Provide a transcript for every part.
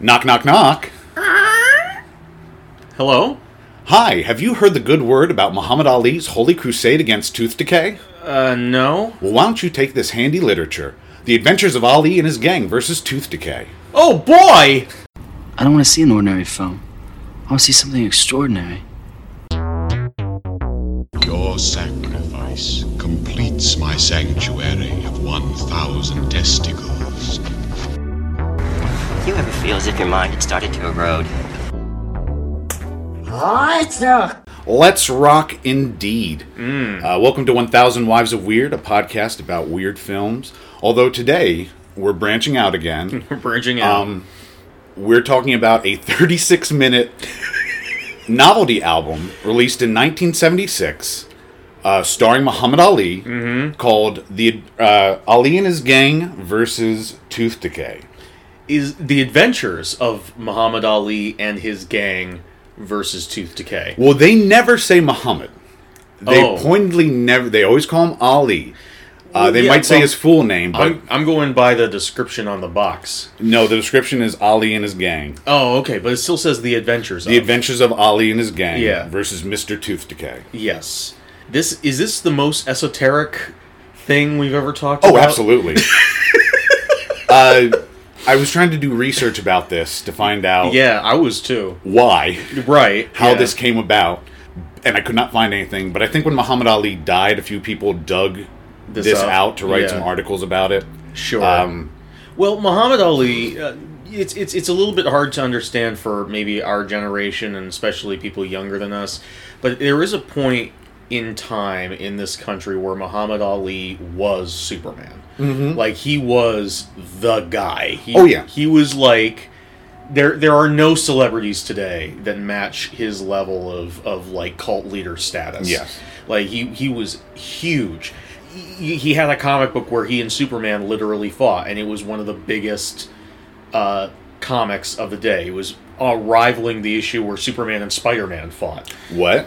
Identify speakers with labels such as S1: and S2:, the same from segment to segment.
S1: Knock, knock, knock.
S2: Hello?
S1: Hi, have you heard the good word about Muhammad Ali's holy crusade against tooth decay?
S2: Uh, no?
S1: Well, why don't you take this handy literature The Adventures of Ali and His Gang versus Tooth Decay?
S2: Oh boy!
S3: I don't want to see an ordinary film. I want to see something extraordinary.
S4: Your sacrifice completes my sanctuary of 1,000 testicles.
S5: Do you ever feel as if your mind had started to erode?
S1: Let's rock indeed. Uh, welcome to 1000 Wives of Weird, a podcast about weird films. Although today, we're branching out again.
S2: We're branching out.
S1: Um, we're talking about a 36 minute novelty album released in 1976, uh, starring Muhammad Ali,
S2: Mm-hmm.
S1: called "The uh, Ali and His Gang versus Tooth Decay."
S2: Is the adventures of Muhammad Ali and his gang versus Tooth Decay.
S1: Well, they never say Muhammad. They
S2: Oh.
S1: pointedly never. They always call him Ali. Uh, they
S2: yeah,
S1: might say
S2: well,
S1: his full name, but
S2: I'm, I'm going by the description on the box.
S1: no. The description is Ali and his gang.
S2: Oh, okay, but it still says the adventures
S1: The
S2: of.
S1: Adventures of Ali and his Gang
S2: Oh. Yeah.
S1: versus Mr. Tooth Decay.
S2: Yes. This is this the most esoteric thing we've ever talked
S1: Oh,
S2: about?
S1: absolutely. uh, I was trying to do research about this to find out
S2: Yeah, I was too.
S1: why,
S2: Right.
S1: how
S2: yeah.
S1: this came about, and I could not find anything. But I think when Muhammad Ali died, a few people dug
S2: This
S1: this,
S2: up,
S1: out to write
S2: yeah.
S1: some articles about it.
S2: Sure.
S1: Um,
S2: Well, Muhammad Ali, uh, it's it's it's a little bit hard to understand for maybe our generation and especially people younger than us, but there is a point in time in this country where Muhammad Ali was Superman. Like he was the guy. He,
S1: Mm-hmm. Oh, yeah.
S2: he was like. There, there are no celebrities today that match his level of, of like cult leader status.
S1: Yes.
S2: Like he he was huge. He, he had a comic book where he and Superman literally fought, and it was one of the biggest uh, comics of the day. It was uh, rivaling the issue where Superman and Spider Man fought.
S1: what?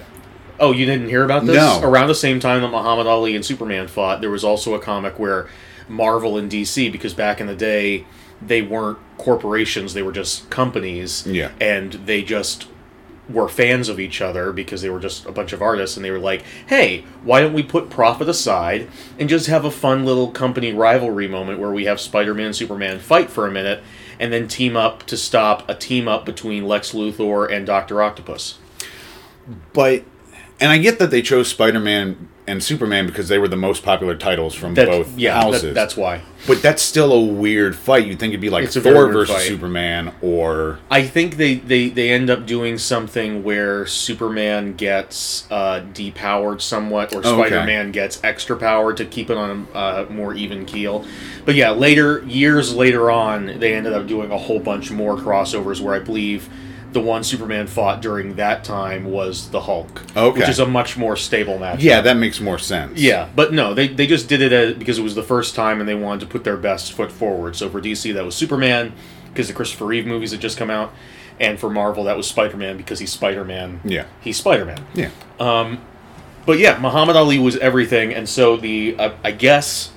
S2: Oh, you didn't hear about this?
S1: No.
S2: Around the same time that Muhammad Ali and Superman fought, there was also a comic where Marvel and DC, because back in the day they weren't corporations, they were just companies.
S1: Yeah.
S2: And they just were fans of each other because they were just a bunch of artists and they were like, hey, why don't we put profit aside and just have a fun little company rivalry moment where we have Spider Man and Superman fight for a minute and then team up to stop a team up between Lex Luthor and Dr. Octopus.
S1: But, and I get that they chose Spider Man and Superman because they were the most popular titles from
S2: That,
S1: both
S2: yeah, that-
S1: houses.
S2: that's why.
S1: but that's still a weird fight. You'd think it'd be like
S2: It's a very
S1: Thor
S2: weird
S1: versus
S2: fight.
S1: Superman or
S2: I think they, they, they end up doing something where Superman gets uh, depowered somewhat, or
S1: Oh, Okay.
S2: Spider Man gets extra power to keep it on a uh, more even keel. But yeah, later, years later on, they ended up doing a whole bunch more crossovers where I believe the one Superman fought during that time was the Hulk.
S1: Okay.
S2: Which is a much more stable match.
S1: yeah, that makes more sense.
S2: Yeah, but no, they, they just did it as, because it was the first time and they wanted to put their best foot forward. So for DC, that was Superman because the Christopher Reeve movies had just come out, and for Marvel, that was Spider Man because he's Spider Man.
S1: Yeah.
S2: he's Spider Man.
S1: yeah.
S2: But yeah, Muhammad Ali was everything, and so the uh, I guess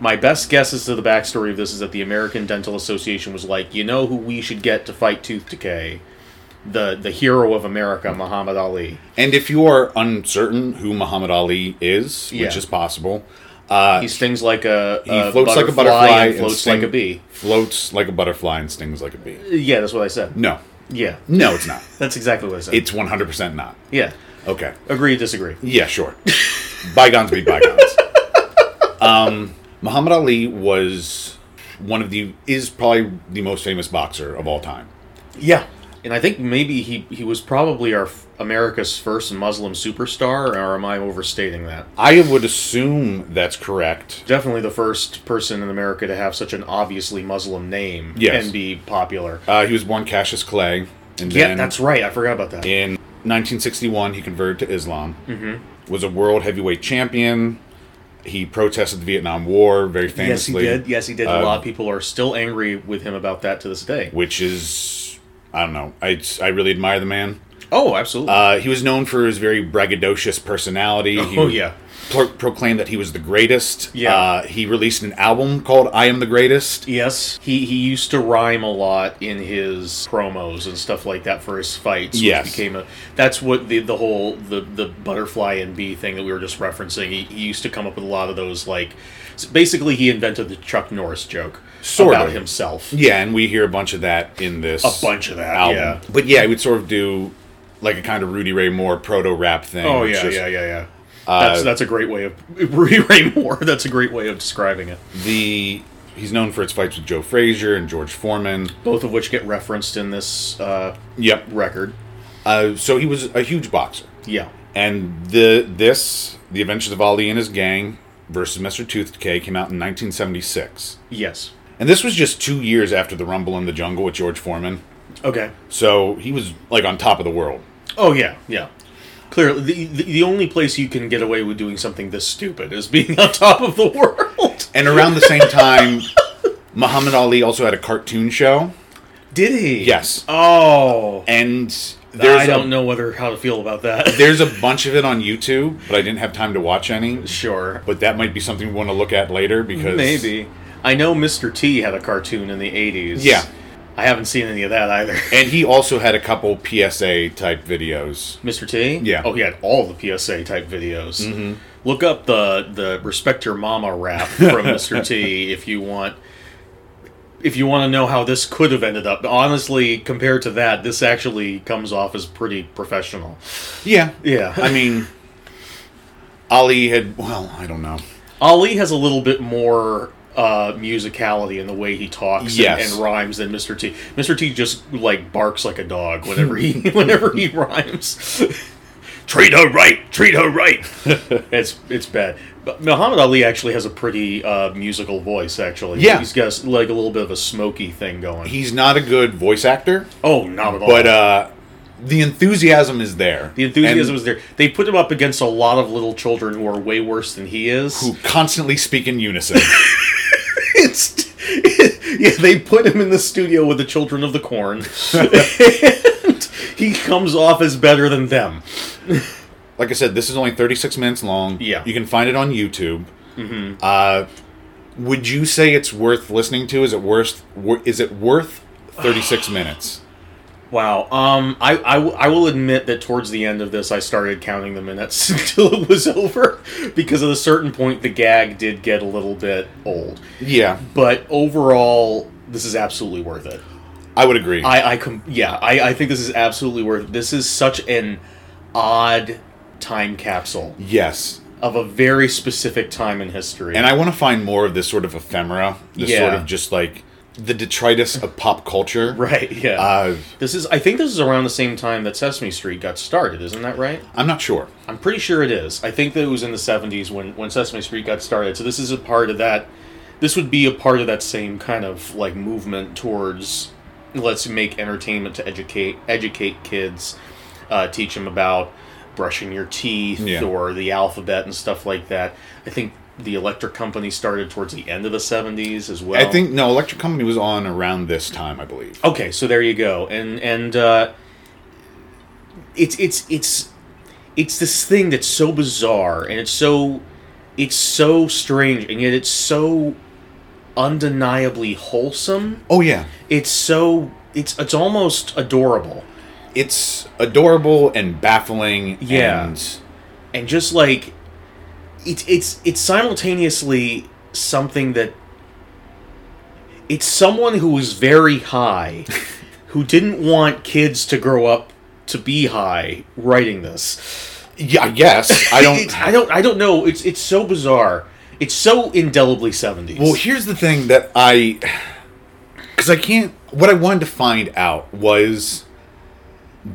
S2: my best guess as to the backstory of this is that the American Dental Association was like, you know who we should get to fight tooth decay, the the hero of America, Muhammad Ali.
S1: And if you are uncertain who Muhammad Ali is, which
S2: Yeah.
S1: is possible, uh,
S2: He stings like a,
S1: he floats like a butterfly
S2: and
S1: and
S2: floats
S1: sting-
S2: like a bee.
S1: floats like a butterfly and stings like a bee.
S2: Yeah, that's what I said.
S1: No,
S2: Yeah,
S1: no, it's not.
S2: that's exactly what I said.
S1: It's one hundred percent not.
S2: yeah,
S1: Okay.
S2: agree, disagree.
S1: Yeah, sure. bygones be bygones. um, Muhammad Ali was one of the is probably the most famous boxer of all time.
S2: Yeah, and I think maybe he he was probably our f- America's first Muslim superstar, or am I overstating that?
S1: I would assume that's correct.
S2: Definitely the first person in America to have such an obviously Muslim name
S1: Yes.
S2: and be popular.
S1: Uh, he was born Cassius Clay, and
S2: yeah,
S1: then
S2: that's right. I forgot about that.
S1: in 1961 he converted to Islam.
S2: Mm-hmm.
S1: Was a world heavyweight champion. He protested the Vietnam War very
S2: yes, he
S1: famously.
S2: did. Yes, he did.
S1: Uh,
S2: a lot of people are still angry with him about that to this day.
S1: Which is, I don't know. I I really admire the man.
S2: Oh, absolutely.
S1: Uh, he was known for his very braggadocious personality. He
S2: Oh, yeah.
S1: pro- proclaimed that he was the greatest.
S2: Yeah.
S1: Uh, he released an album called "I Am the Greatest."
S2: yes, he he used to rhyme a lot in his promos and stuff like that for his fights. which
S1: Yes.
S2: became a that's what the the whole the the butterfly and bee thing that we were just referencing. He, he used to come up with a lot of those like, s- basically he invented the Chuck Norris joke
S1: Sort
S2: about
S1: of.
S2: himself.
S1: Yeah, and we hear a bunch of that in this.
S2: A bunch of that,
S1: album.
S2: yeah.
S1: But yeah, he would sort of do like a kind of Rudy Ray Moore proto rap thing.
S2: Oh
S1: which
S2: yeah,
S1: is
S2: yeah, yeah, yeah.
S1: Uh,
S2: That's that's a great way of Ray Moore. That's a great way of describing it.
S1: The he's known for his fights with Joe Frazier and George Foreman.
S2: Both of which get referenced in this uh,
S1: Yep.
S2: record.
S1: Uh, so he was a huge boxer,
S2: Yeah,
S1: and the this the Adventures of Ali and his gang versus Mr. Tooth Decay came out in 1976.
S2: yes.
S1: And this was just two years after the Rumble in the Jungle with George Foreman.
S2: Okay.
S1: So he was like on top of the world.
S2: Oh yeah, yeah. Clearly, the, the the only place you can get away with doing something this stupid is being on top of the world.
S1: And around the same time, Muhammad Ali also had a cartoon show.
S2: Did he?
S1: Yes.
S2: Oh,
S1: And there's
S2: I
S1: a,
S2: don't know whether how to feel about that.
S1: There's a bunch of it on YouTube, but I didn't have time to watch any.
S2: sure,
S1: But that might be something we want to look at later because
S2: maybe. I know Mr. T had a cartoon in the '80s.
S1: Yeah.
S2: I haven't seen any of that either.
S1: And he also had a couple PSA type videos.
S2: Mr. T?
S1: Yeah.
S2: Oh, he had all the PSA type videos. Mm-hmm. Look up the the respect your mama rap from Mr. T if you want if you want to know how this could have ended up. Honestly, compared to that, this actually comes off as pretty professional.
S1: Yeah,
S2: Yeah.
S1: I mean, Ali had well, I don't know.
S2: Ali has a little bit more uh, musicality in the way he talks
S1: Yes.
S2: and, and rhymes than Mr. T. Mr. T just like barks like a dog whenever he whenever he rhymes. treat her right, treat her right. it's it's bad. But Muhammad Ali actually has a pretty uh, musical voice. Actually,
S1: Yeah.
S2: he's got like a little bit of a smoky thing going.
S1: He's not a good voice actor,
S2: oh, not at all.
S1: but uh, the enthusiasm is there.
S2: the enthusiasm
S1: And
S2: is there. They put him up against a lot of little children who are way worse than he is.
S1: who constantly speak in unison.
S2: it's yeah they put him in the studio with the children of the corn and he comes off as better than them
S1: like I said, this is only 36 minutes long.
S2: Yeah. Mm-hmm.
S1: You can find it on YouTube. Uh, would you say it's worth listening to? Is it worth? Wor- is it worth 36 minutes?
S2: wow um I, I w- I will admit that towards the end of this i started counting the minutes until it was over because at a certain point the gag did get a little bit old
S1: Yeah,
S2: but overall this is absolutely worth it
S1: I would agree.
S2: I, I com- yeah, I, I think this is absolutely worth. This is such an odd time capsule.
S1: yes,
S2: of a very specific time in history.
S1: and I want to find more of this sort of ephemera. This
S2: Yeah.
S1: sort of just like the detritus of pop culture.
S2: right, yeah.
S1: Uh,
S2: this is I think this is around the same time that Sesame Street got started, isn't that right?
S1: I'm not sure.
S2: I'm pretty sure it is. I think that it was in the 70s when when Sesame Street got started. So this is a part of that this would be a part of that same kind of like movement towards let's make entertainment to educate educate kids, uh, teach them about brushing your teeth
S1: Yeah.
S2: or the alphabet and stuff like that. I think the electric company started towards the end of the 70s as well.
S1: I think no. Electric Company was on around this time, I believe.
S2: Okay, so there you go, and and uh, it's it's it's it's this thing that's so bizarre, and it's so it's so strange, and yet it's so undeniably wholesome.
S1: Oh yeah,
S2: It's so it's it's almost adorable,
S1: it's adorable and baffling.
S2: Yeah.
S1: and
S2: and just like it's it's it's simultaneously something that it's someone who was very high who didn't want kids to grow up to be high writing this
S1: yeah, yes, I don't.
S2: It's- i don't i don't know it's it's so bizarre it's so indelibly 70s
S1: Well, here's the thing that I. Because I can't. What I wanted to find out was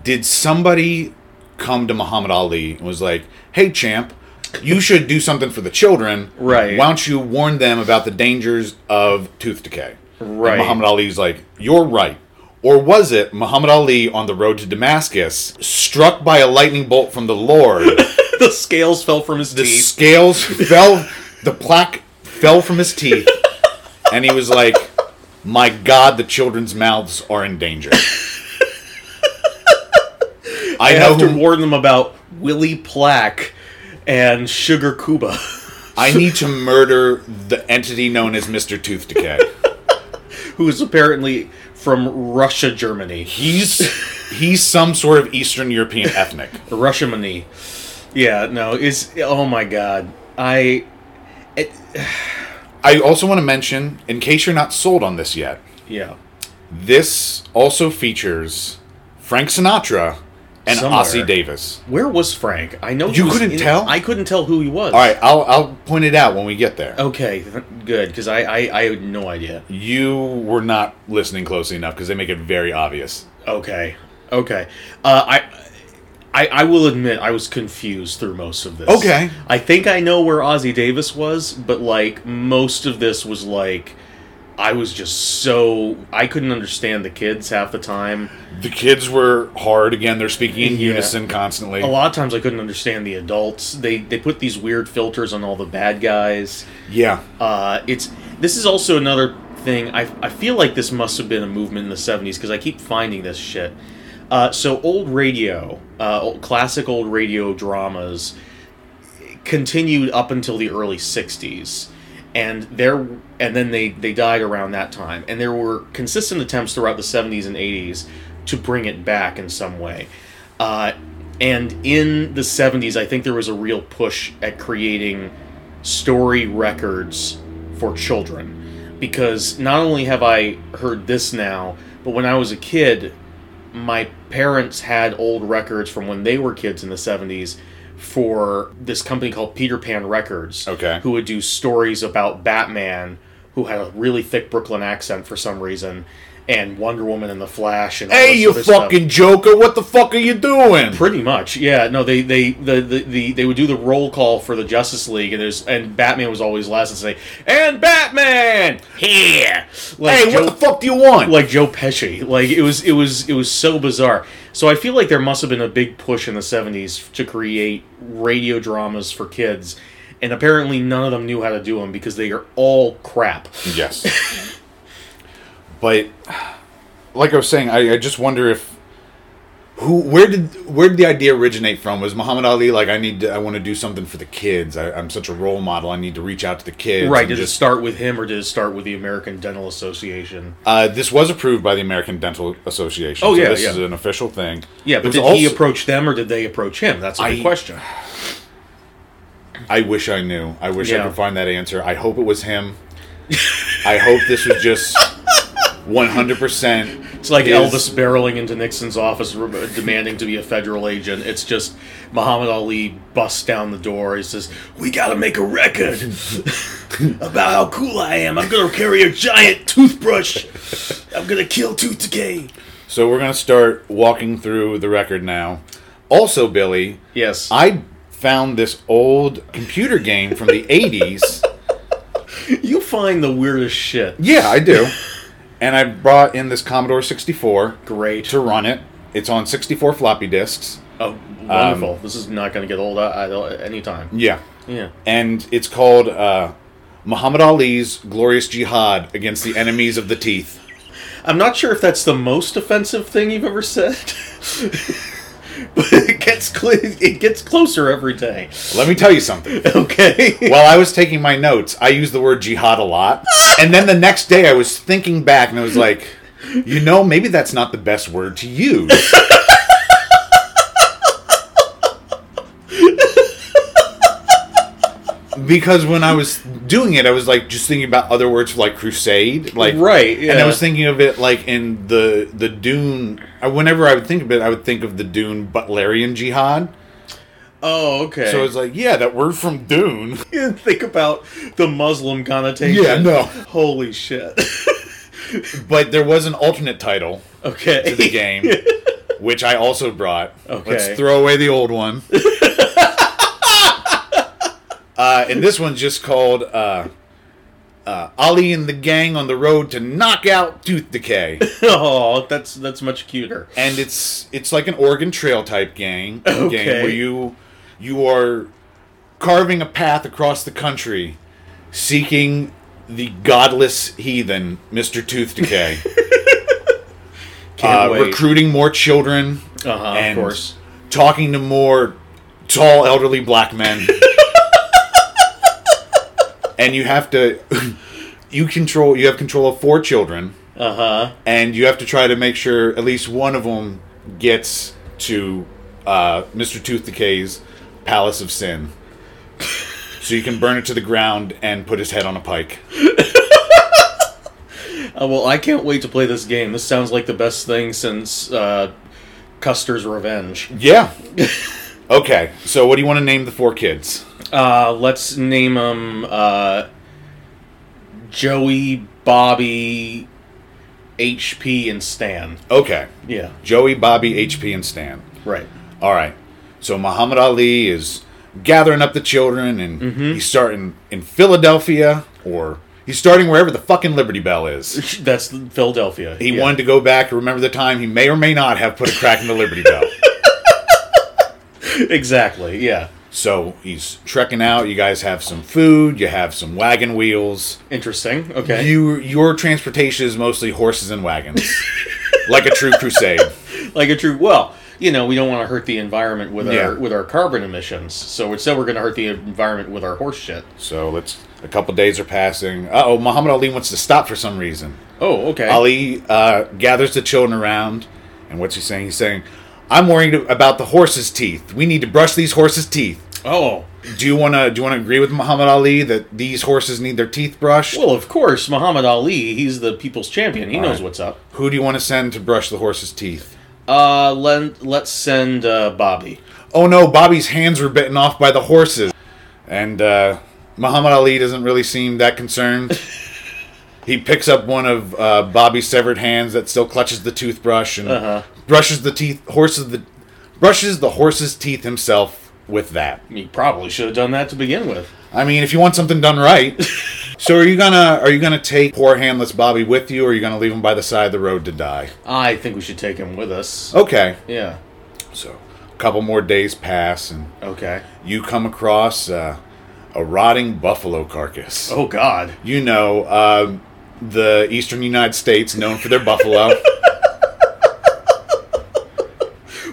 S1: did somebody come to Muhammad Ali and was like, hey, champ, you should do something for the children.
S2: Right.
S1: Why don't you warn them about the dangers of tooth decay?
S2: Right.
S1: And Muhammad Ali's like, you're right. Or was it Muhammad Ali on the road to Damascus, struck by a lightning bolt from the Lord?
S2: the scales fell from his
S1: the
S2: teeth
S1: scales fell the plaque fell from his teeth and he was like my god the children's mouths are in danger I
S2: I have
S1: know
S2: to
S1: who-
S2: warn them about Willie Plack and Sugar Cuba.
S1: I need to murder the entity known as Mr. Tooth Decay.
S2: who is apparently from Russia, Germany.
S1: He's he's some sort of Eastern European ethnic.
S2: Russia money. Yeah, no, it's oh my god. I
S1: I also want to mention, in case you're not sold on this yet,
S2: yeah.
S1: this also features Frank Sinatra and
S2: Somewhere.
S1: Ossie Davis.
S2: Where was Frank? I know he
S1: You
S2: was
S1: couldn't
S2: in-
S1: tell?
S2: I couldn't tell who he was.
S1: All right, I'll I'll point it out when we get there.
S2: Okay, th- good because I, I I had no idea.
S1: You were not listening closely enough because they make it very obvious.
S2: Okay, okay. Uh, I. I, I will admit I was confused through most of this.
S1: Okay.
S2: I think I know where Ozzy Davis was, but like most of this was like I was just so I couldn't understand the kids half the time.
S1: The kids were hard again. They're speaking in
S2: Yeah.
S1: unison constantly.
S2: A lot of times I couldn't understand the adults. They they put these weird filters on all the bad guys.
S1: Yeah.
S2: Uh, it's this is also another thing. I I feel like this must have been a movement in the '70s because I keep finding this shit. Uh, so old radio, uh, old, classic old radio dramas, continued up until the early '60s, and there and then they they died around that time. And there were consistent attempts throughout the '70s and '80s to bring it back in some way. Uh, and in the '70s, I think there was a real push at creating story records for children because not only have I heard this now, but when I was a kid, my parents had old records from when they were kids in the 70s for this company called Peter Pan Records,
S1: Okay.
S2: who would do stories about Batman, who had a really thick Brooklyn accent for some reason, and Wonder Woman and the Flash and all
S1: Hey,
S2: this
S1: you
S2: other stuff.
S1: fucking Joker! What the fuck are you doing?
S2: Pretty much, yeah. No, they they the, the, the they would do the roll call for the Justice League, and there's and Batman was always last to say, "And Batman here." Like
S1: hey,
S2: Joe,
S1: what the fuck do you want?
S2: like Joe Pesci. Like it was it was it was so bizarre. So I feel like there must have been a big push in the '70s to create radio dramas for kids, and apparently none of them knew how to do them because they are all crap.
S1: Yes. but like I was saying, I, I just wonder if who where did where did the idea originate from? Was Muhammad Ali like I need to, I want to do something for the kids. I, I'm such a role model. I need to reach out to the kids.
S2: Right?
S1: and
S2: Did it
S1: Just,
S2: start with him, or did it start with the American Dental Association?
S1: uh, this was approved by the American Dental Association.
S2: Oh,
S1: so
S2: yeah,
S1: this
S2: yeah.
S1: is an official thing.
S2: Yeah, but
S1: There's
S2: did he
S1: also-
S2: approach them, or did they approach him? That's a good
S1: I-
S2: question.
S1: I wish I knew. I wish I
S2: Yeah.
S1: could find that answer. I hope it was him. I hope this was just 100. percent
S2: It's like
S1: is-
S2: Elvis barreling into Nixon's office re- demanding to be a federal agent. It's just Muhammad Ali busts down the door. He says, "We got to make a record about how cool I am. I'm gonna carry a giant toothbrush. I'm gonna kill Tooth Decay."
S1: So we're gonna start walking through the record now. Also, Billy,
S2: Yes,
S1: I found this old computer game from the 80s.
S2: you find the weirdest shit.
S1: Yeah, I do. And I brought in this Commodore 64
S2: Great.
S1: to run it. It's on 64 floppy disks.
S2: Oh,
S1: um,
S2: wonderful. this is not gonna get old uh, I, I, anytime.
S1: Yeah.
S2: Yeah.
S1: And it's called uh, Muhammad Ali's Glorious Jihad Against the Enemies of the Teeth.
S2: I'm not sure if that's the most offensive thing you've ever said, but it gets cl- it gets closer every day.
S1: Let me tell you something.
S2: Okay.
S1: While I was taking my notes, I used the word jihad a lot. And then the next day I was thinking back and I was like, you know, maybe that's not the best word to use. Because when I was doing it, I was like just thinking about other words for like crusade, like
S2: Right,
S1: And I
S2: yeah.
S1: was thinking of it like in the the Dune. I- Whenever I would think of it, I would think of the Dune Butlerian Jihad.
S2: Oh, okay.
S1: So it's like, yeah, that word from Dune.
S2: think about the Muslim connotation.
S1: Yeah, no.
S2: Holy shit.
S1: But there was an alternate title
S2: okay.
S1: to the game, which I also brought.
S2: Okay.
S1: Let's throw away the old one. uh, and this one's just called uh, uh, Ollie and the Gang on the Road to Knock Out Tooth Decay.
S2: Oh, that's that's much cuter.
S1: and it's it's like an Oregon Trail type gang, game
S2: Okay.
S1: where you you are carving a path across the country seeking the godless heathen, Mr. Tooth Decay. uh,
S2: Can't wait.
S1: recruiting more children
S2: Uh-huh, of
S1: and
S2: course.
S1: talking to more tall, elderly black men. and you have to. You control. You have control of four children,
S2: Uh huh.
S1: and you have to try to make sure at least one of them gets to uh, Mr. Tooth Decay's Palace of Sin, so you can burn it to the ground and put his head on a pike.
S2: Uh, well, I can't wait to play this game. This sounds like the best thing since uh, Custer's Revenge.
S1: Yeah. Okay. So, what do you want to name the four kids?
S2: Uh, let's name them uh, Joey, Bobby, HP, and Stan.
S1: Okay.
S2: Yeah,
S1: Joey, Bobby, HP, and Stan.
S2: right.
S1: All right. So Muhammad Ali is gathering up the children, and he's starting in Philadelphia, or he's starting wherever the fucking Liberty Bell is.
S2: That's Philadelphia.
S1: He
S2: yeah.
S1: wanted to go back and remember the time he may or may not have put a crack in the Liberty Bell.
S2: exactly. Yeah,
S1: So he's trekking out. You guys have some food. You have some wagon wheels.
S2: interesting. Okay,
S1: You your transportation is mostly horses and wagons, like a true crusade.
S2: like a true. Well, you know, we don't want to hurt the environment with
S1: Yeah.
S2: our with our carbon emissions. So instead, we're going to hurt the environment with our horse shit.
S1: So let's. A couple days are passing. Uh oh, Muhammad Ali wants to stop for some reason.
S2: Oh, okay.
S1: Ali uh, gathers the children around, and what's he saying? He's saying, "I'm worried about the horses' teeth. We need to brush these horses' teeth."
S2: Oh,
S1: Do you wanna do you wanna agree with Muhammad Ali that these horses need their teeth brushed?
S2: well, of course, Muhammad Ali. He's the people's champion. He knows
S1: right.
S2: what's up.
S1: Who do you want to send to brush the horses' teeth?
S2: Uh, let, let's send uh, Bobby.
S1: Oh no, Bobby's hands were bitten off by the horses, and uh, Muhammad Ali doesn't really seem that concerned. he picks up one of uh, Bobby's severed hands that still clutches the toothbrush and brushes the teeth horses the brushes the horse's teeth himself with that.
S2: You probably should have done that to begin with.
S1: I mean, if you want something done right. so are you gonna are you gonna take poor handless Bobby with you, or are you gonna leave him by the side of the road to die?
S2: I think we should take him with us.
S1: Okay.
S2: Yeah.
S1: So a couple more days pass and.
S2: Okay.
S1: you come across uh, a rotting buffalo carcass.
S2: Oh God.
S1: You know, um the eastern United States, known for their buffalo.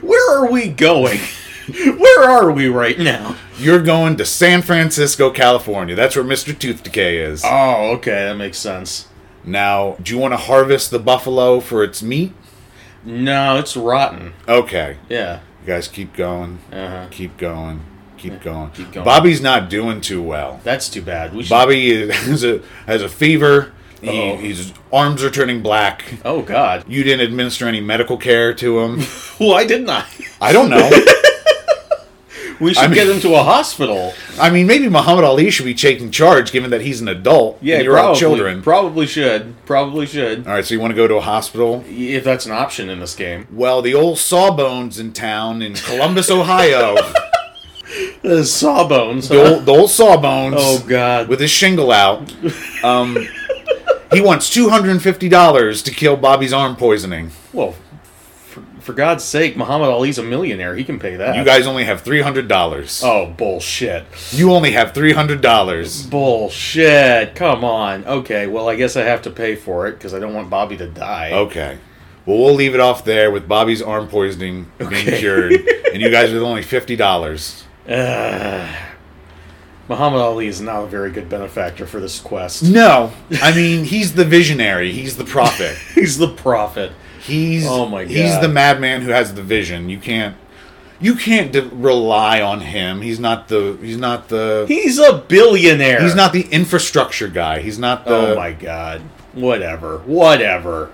S2: Where are we going? Where are we right now?
S1: You're going to San Francisco, California. That's where Mr. Tooth Decay is.
S2: Oh, okay, that makes sense.
S1: now, do you want to harvest the buffalo for its meat?
S2: No, it's rotten.
S1: Okay.
S2: Yeah.
S1: You guys keep going.
S2: Uh-huh.
S1: Keep going. Keep going.
S2: keep going.
S1: Bobby's not doing too well.
S2: That's too bad. We should.
S1: Bobby is, has a has a fever. He,
S2: Uh-oh.
S1: his arms are turning black.
S2: oh God.
S1: You didn't administer any medical care to him.
S2: Why didn't I?
S1: I don't know.
S2: We should
S1: I mean-
S2: get him to a hospital.
S1: I mean, maybe Muhammad Ali should be taking charge, given that he's an adult.
S2: Yeah,
S1: and you're
S2: probably,
S1: all children.
S2: Probably should. Probably should.
S1: all right, so you want to go to a hospital?
S2: If that's an option in this game.
S1: Well, the old Sawbones in town in Columbus, Ohio.
S2: Uh, sawbones.
S1: the, old, the old Sawbones.
S2: Oh God.
S1: With his shingle out. Um, he wants two hundred and fifty dollars to kill Bobby's arm poisoning.
S2: Well, for, for God's sake, Muhammad Ali's a millionaire. He can pay that.
S1: You guys only have three hundred dollars.
S2: Oh, bullshit.
S1: You only have three hundred dollars.
S2: Bullshit. Come on. Okay, well, I guess I have to pay for it because I don't want Bobby to die.
S1: Okay. Well, we'll leave it off there with Bobby's arm poisoning being cured, and you guys with only fifty dollars.
S2: Muhammad Ali is not a very good benefactor for this quest.
S1: No, I mean he's the visionary. He's the prophet.
S2: He's the prophet.
S1: He's
S2: Oh my
S1: He's
S2: God.
S1: the madman who has the vision. You can't you can't de- rely on him. He's not the he's not the
S2: He's a billionaire.
S1: he's not the infrastructure guy. He's not the
S2: Oh my god. Whatever. Whatever.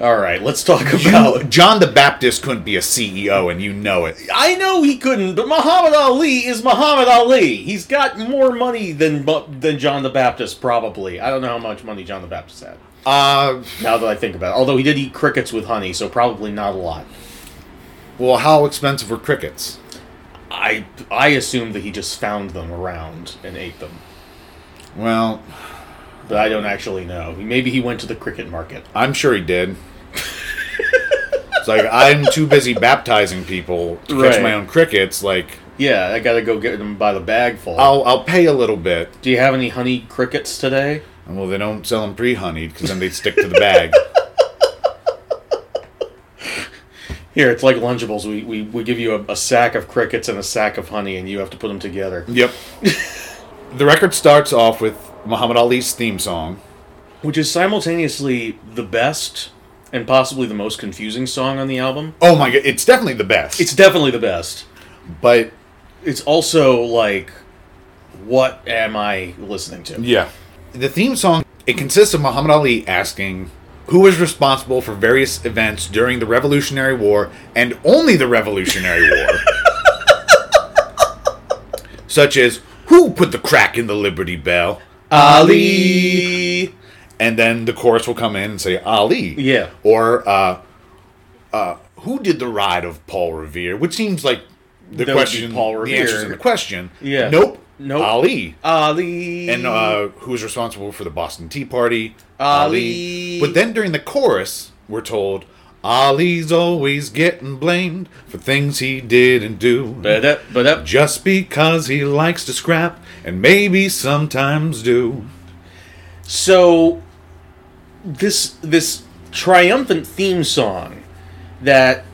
S2: All right, let's talk
S1: You,
S2: about.
S1: John the Baptist couldn't be a CEO, and you know it.
S2: I know he couldn't, but Muhammad Ali is Muhammad Ali. He's got more money than Bu- than John the Baptist probably. I don't know how much money John the Baptist had.
S1: Uh,
S2: Now that I think about it, although he did eat crickets with honey, so probably not a lot.
S1: well, how expensive were crickets?
S2: I I assume that he just found them around and ate them,
S1: Well,
S2: but I don't actually know. Maybe he went to the cricket market.
S1: I'm sure he did. it's like I'm too busy baptizing people to catch
S2: Right.
S1: my own crickets. Like
S2: Yeah, I gotta go get them by the bagful.
S1: I'll I'll pay a little bit.
S2: Do you have any honey crickets today?
S1: Well, they don't sell them pre-honeyed because then they'd stick to the bag.
S2: Here, it's like Lunchables. We, we, we give you a, a sack of crickets and a sack of honey, and you have to put them together.
S1: Yep. the record starts off with Muhammad Ali's theme song.
S2: Which is simultaneously the best and possibly the most confusing song on the album.
S1: Oh my god, it's definitely the best.
S2: It's definitely the best.
S1: but
S2: It's also like, what am I listening to?
S1: yeah. The theme song it consists of Muhammad Ali asking who was responsible for various events during the Revolutionary War and only the Revolutionary War. Such as who put the crack in the Liberty Bell?
S2: Ali.
S1: and then the chorus will come in and say Ali.
S2: Yeah.
S1: Or uh, uh, who did the ride of Paul Revere? Which seems like the
S2: That would be
S1: question.
S2: Paul
S1: The
S2: Revere.
S1: answer's in the question.
S2: Yeah.
S1: Nope.
S2: Nope.
S1: Ali.
S2: Ali.
S1: And uh, who's responsible for the Boston Tea Party?
S2: Ali.
S1: But then during the chorus, we're told Ali's always getting blamed for things he didn't do.
S2: But that, but that,
S1: Just because he likes to scrap and maybe sometimes do.
S2: So this this triumphant theme song that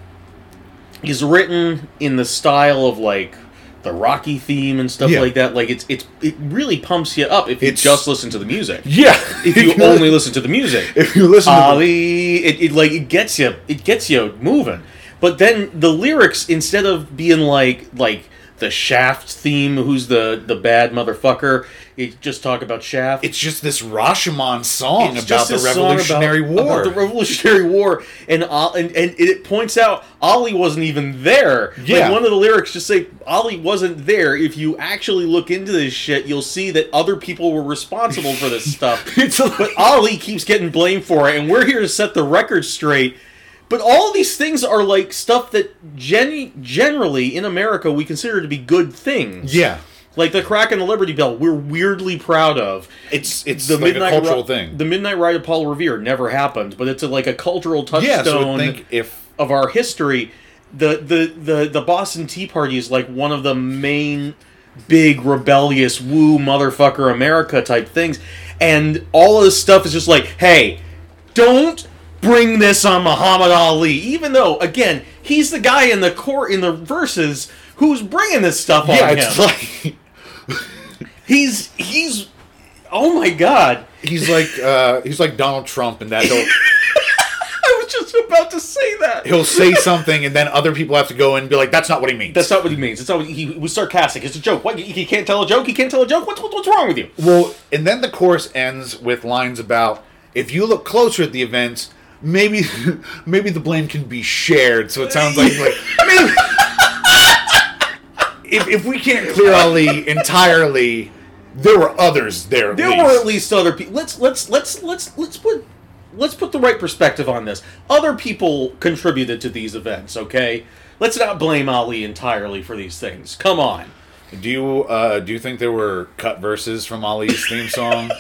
S2: is written in the style of like the Rocky theme and stuff
S1: Yeah.
S2: like that. Like it's it's it really pumps you up if you
S1: It's-
S2: just listen to the music.
S1: Yeah.
S2: If you only listen to the music.
S1: if you listen to the-
S2: Ali, it, it like it gets you, it gets you moving. But then the lyrics, instead of being like like the Shaft theme, who's the the bad motherfucker, it just talk about Shaft.
S1: it's just this Rashomon song
S2: It's
S1: about
S2: just
S1: the
S2: a song
S1: Revolutionary
S2: about-
S1: War.
S2: about the Revolutionary War, and Ol- and and it points out Ollie wasn't even there. Like,
S1: Yeah.
S2: one of the lyrics just say Ollie wasn't there. If you actually look into this shit, you'll see that other people were responsible for this stuff. but Ollie keeps getting blamed for it, and we're here to set the record straight. But all these things are like stuff that gen- generally in America we consider to be good things.
S1: yeah,
S2: Like the crack and the Liberty Bell, we're weirdly proud of
S1: it's it's like a cultural
S2: Ri-
S1: thing.
S2: The Midnight Ride of Paul Revere never happened, but it's a, like a cultural touchstone
S1: yeah, so I would think if
S2: of our history. The, the the the Boston Tea Party is like one of the main big rebellious woo motherfucker America type things, and all of this stuff is just like, hey, don't bring this on Muhammad Ali, even though again he's the guy in the core in the verses who's bringing this stuff on
S1: yeah,
S2: him.
S1: it's like
S2: he's he's oh my god.
S1: he's like uh, he's like Donald Trump, and that he'll
S2: I was just about to say that.
S1: he'll say something, and then other people have to go in and be like, "That's not what he means."
S2: That's not what he means. It's not what he, he was sarcastic. It's a joke. What, he, he can't tell a joke. He can't tell a joke. What's what's wrong with you?
S1: well, and then the chorus ends with lines about if you look closer at the events, maybe maybe the blame can be shared. So it sounds like like maybe. If, if we can't clear Ali entirely, there were others there. At
S2: There
S1: least.
S2: were at least other people. Let's let's let's let's let's put let's put the right perspective on this. Other people contributed to these events. Okay, let's not blame Ali entirely for these things. Come on.
S1: Do you uh, do you think there were cut verses from Ali's theme song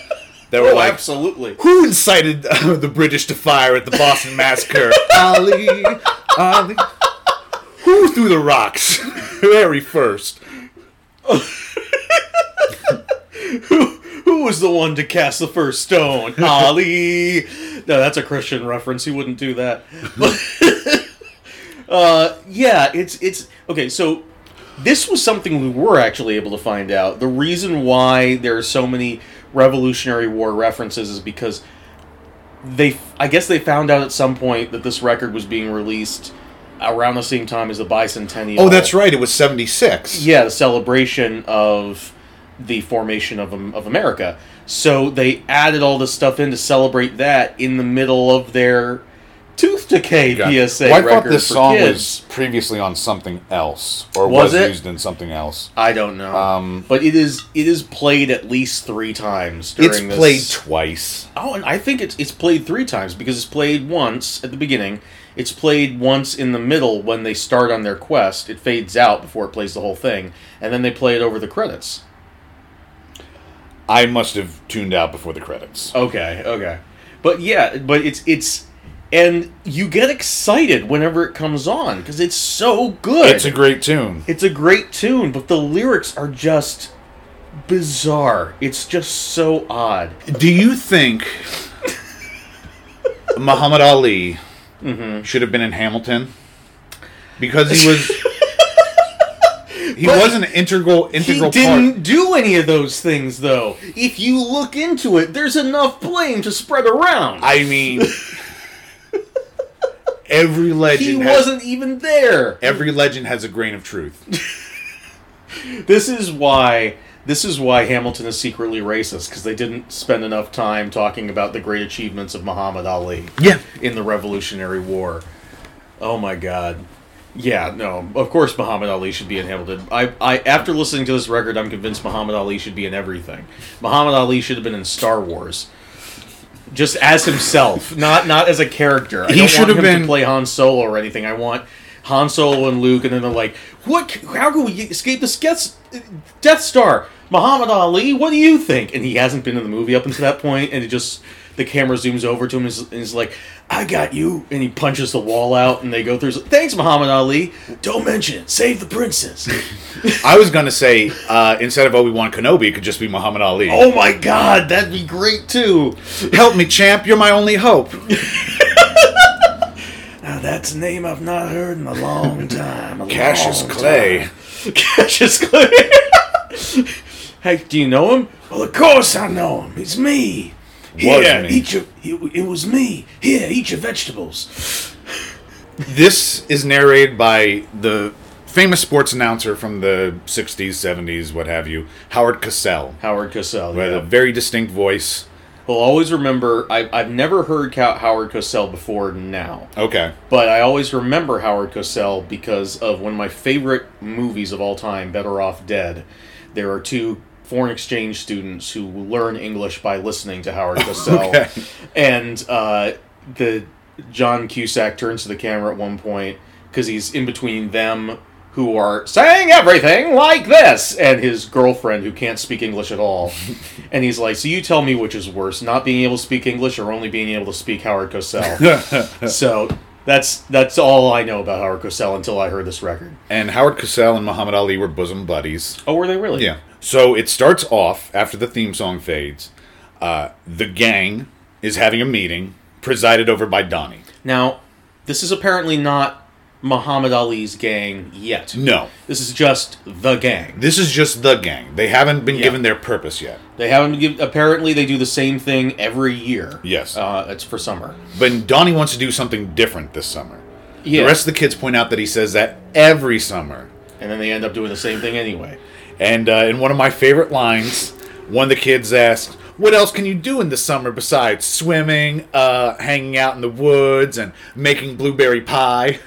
S1: that were
S2: Oh,
S1: like,
S2: absolutely.
S1: "Who incited uh, the British to fire at the Boston Massacre?" Ali, Ali. Who threw the rocks very first?
S2: Who was the one to cast the first stone? Ali. No, that's a Christian reference. He wouldn't do that. But, uh, yeah, it's it's okay. So this was something we were actually able to find out. The reason why there are so many Revolutionary War references is because they, I guess, they found out at some point that this record was being released around the same time as the bicentennial.
S1: Oh, that's right. It was seventy six.
S2: Yeah, the celebration of the formation of Am- of America. So they added all this stuff in to celebrate that in the middle of their tooth decay PSA
S1: well, I
S2: record
S1: thought this
S2: for
S1: song
S2: kids.
S1: was previously on something else, or was,
S2: Was it?
S1: used in something else.
S2: I don't know,
S1: Um,
S2: but it is it is played at least three times. During
S1: It's
S2: this.
S1: played twice.
S2: Oh, and I think it's it's played three times because it's played once at the beginning. It's played once in the middle when they start on their quest. It fades out before it plays the whole thing, and then they play it over the credits.
S1: I must have tuned out before the credits.
S2: Okay, okay. But yeah, but it's it's and you get excited whenever it comes on cuz it's so good.
S1: It's a great tune.
S2: It's a great tune, but the lyrics are just bizarre. It's just so odd.
S1: Do you think Muhammad Ali should have been in Hamilton? because he was he
S2: But
S1: was an integral
S2: He
S1: integral
S2: didn't
S1: part.
S2: do any of those things, though. If you look into it, there's enough blame to spread around.
S1: I mean, every legend
S2: he
S1: has,
S2: wasn't even there.
S1: every legend has a grain of truth.
S2: This is why. This is why Hamilton is secretly racist because they didn't spend enough time talking about the great achievements of Muhammad Ali
S1: Yeah,
S2: in the Revolutionary War. Oh my God. Yeah, no. Of course, Muhammad Ali should be in Hamilton. I, I, after listening to this record, I'm convinced Muhammad Ali should be in everything. Muhammad Ali should have been in Star Wars, just as himself, not not as a character. I
S1: He
S2: don't
S1: should
S2: want
S1: have
S2: him
S1: been-
S2: to play Han Solo or anything. I want Han Solo and Luke, and then they're like, "What? c- How can we escape the skets- Death Star?" Muhammad Ali, what do you think? And he hasn't been in the movie up until that point, and it just the camera zooms over to him and is- and is like, "I got you," and he punches the wall out, and they go through. Thanks, Muhammad Ali. Don't mention it. Save the princess.
S1: I was gonna say uh, instead of Obi Wan Kenobi, it could just be Muhammad Ali.
S2: oh my God, that'd be great too.
S1: help me, champ! You're my only hope.
S2: Now that's a name I've not heard in a long time. a
S1: Cassius
S2: long
S1: Clay.
S2: time. Cassius Clay. hey, do you know him? Well, of course I know him. It's me.
S1: Here, eat
S2: your. It was me. Here, eat your vegetables.
S1: This is narrated by the famous sports announcer from the 60s, 70s, what have you, Howard Cosell,
S2: Howard Cosell.
S1: who had a
S2: Yeah.
S1: very distinct voice.
S2: We'll always remember. I, I've never heard Cow- Howard Cosell before now.
S1: Okay.
S2: But I always remember Howard Cosell because of one of my favorite movies of all time, Better Off Dead. There are two foreign exchange students who learn English by listening to Howard Cosell.
S1: Okay.
S2: And uh, the John Cusack turns to the camera at one point because he's in between them who are saying everything like this and his girlfriend who can't speak English at all. and he's like, "So you tell me which is worse, not being able to speak English or only being able to speak Howard Cosell?" So that's that's all I know about Howard Cosell until I heard this record.
S1: and Howard Cosell and Muhammad Ali were bosom buddies.
S2: Oh, were they really?
S1: Yeah. So it starts off after the theme song fades. Uh, the gang is having a meeting presided over by Donnie.
S2: Now, this is apparently not Muhammad Ali's gang yet.
S1: No.
S2: This is just the gang.
S1: This is just the gang. They haven't been
S2: Yeah.
S1: given their purpose yet.
S2: They haven't given. Apparently, they do the same thing every year.
S1: Yes.
S2: Uh, it's for summer.
S1: But Donnie wants to do something different this summer.
S2: Yeah.
S1: The rest of the kids point out that he says that every summer.
S2: and then they end up doing the same thing anyway.
S1: And uh, in one of my favorite lines, one of the kids asks, "What else can you do in the summer besides swimming, uh, hanging out in the woods, and making blueberry pie?"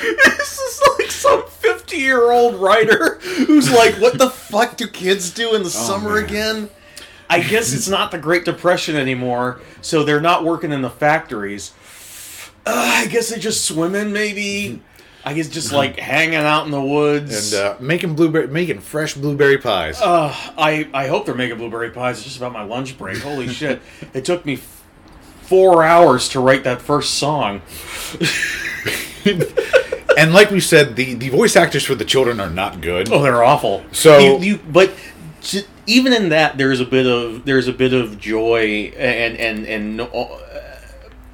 S2: This is like some fifty-year-old writer who's like, "What the fuck do kids do in the summer again?" Oh, I guess it's not the Great Depression anymore, so they're not working in the factories. Uh, I guess they just swimming, maybe. I guess just like hanging out in the woods.
S1: And uh, making blueberry, making fresh blueberry pies.
S2: Uh, I I hope they're making blueberry pies. It's just about my lunch break. Holy shit! It took me f- four hours to write that first song.
S1: and like we said, the the voice actors for the children are not good.
S2: Oh, they're awful.
S1: So-
S2: you, you but j- even in that, there's a bit of there's a bit of joy and and and no- uh,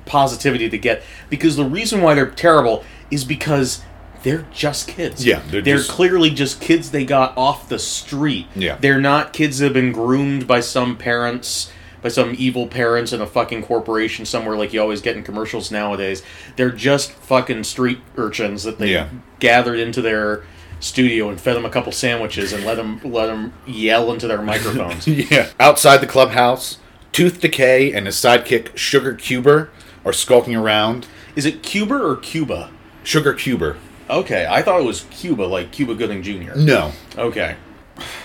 S2: positivity to get because the reason why they're terrible is because they're just kids.
S1: Yeah,
S2: they're,
S1: they're just-
S2: clearly just kids they got off the street.
S1: Yeah.
S2: they're not kids that have been groomed by some parents. By some evil parents in a fucking corporation somewhere, like you always get in commercials nowadays. They're just fucking street urchins that they
S1: Yeah.
S2: gathered into their studio and fed them a couple sandwiches and let them let them yell into their microphones.
S1: Yeah. Outside the clubhouse, Tooth Decay and his sidekick Sugar Cuber are skulking around.
S2: Is it Cuba or Cuba?
S1: Sugar Cuber.
S2: Okay, I thought it was Cuba, like Cuba Gooding Jr.
S1: No,
S2: Okay,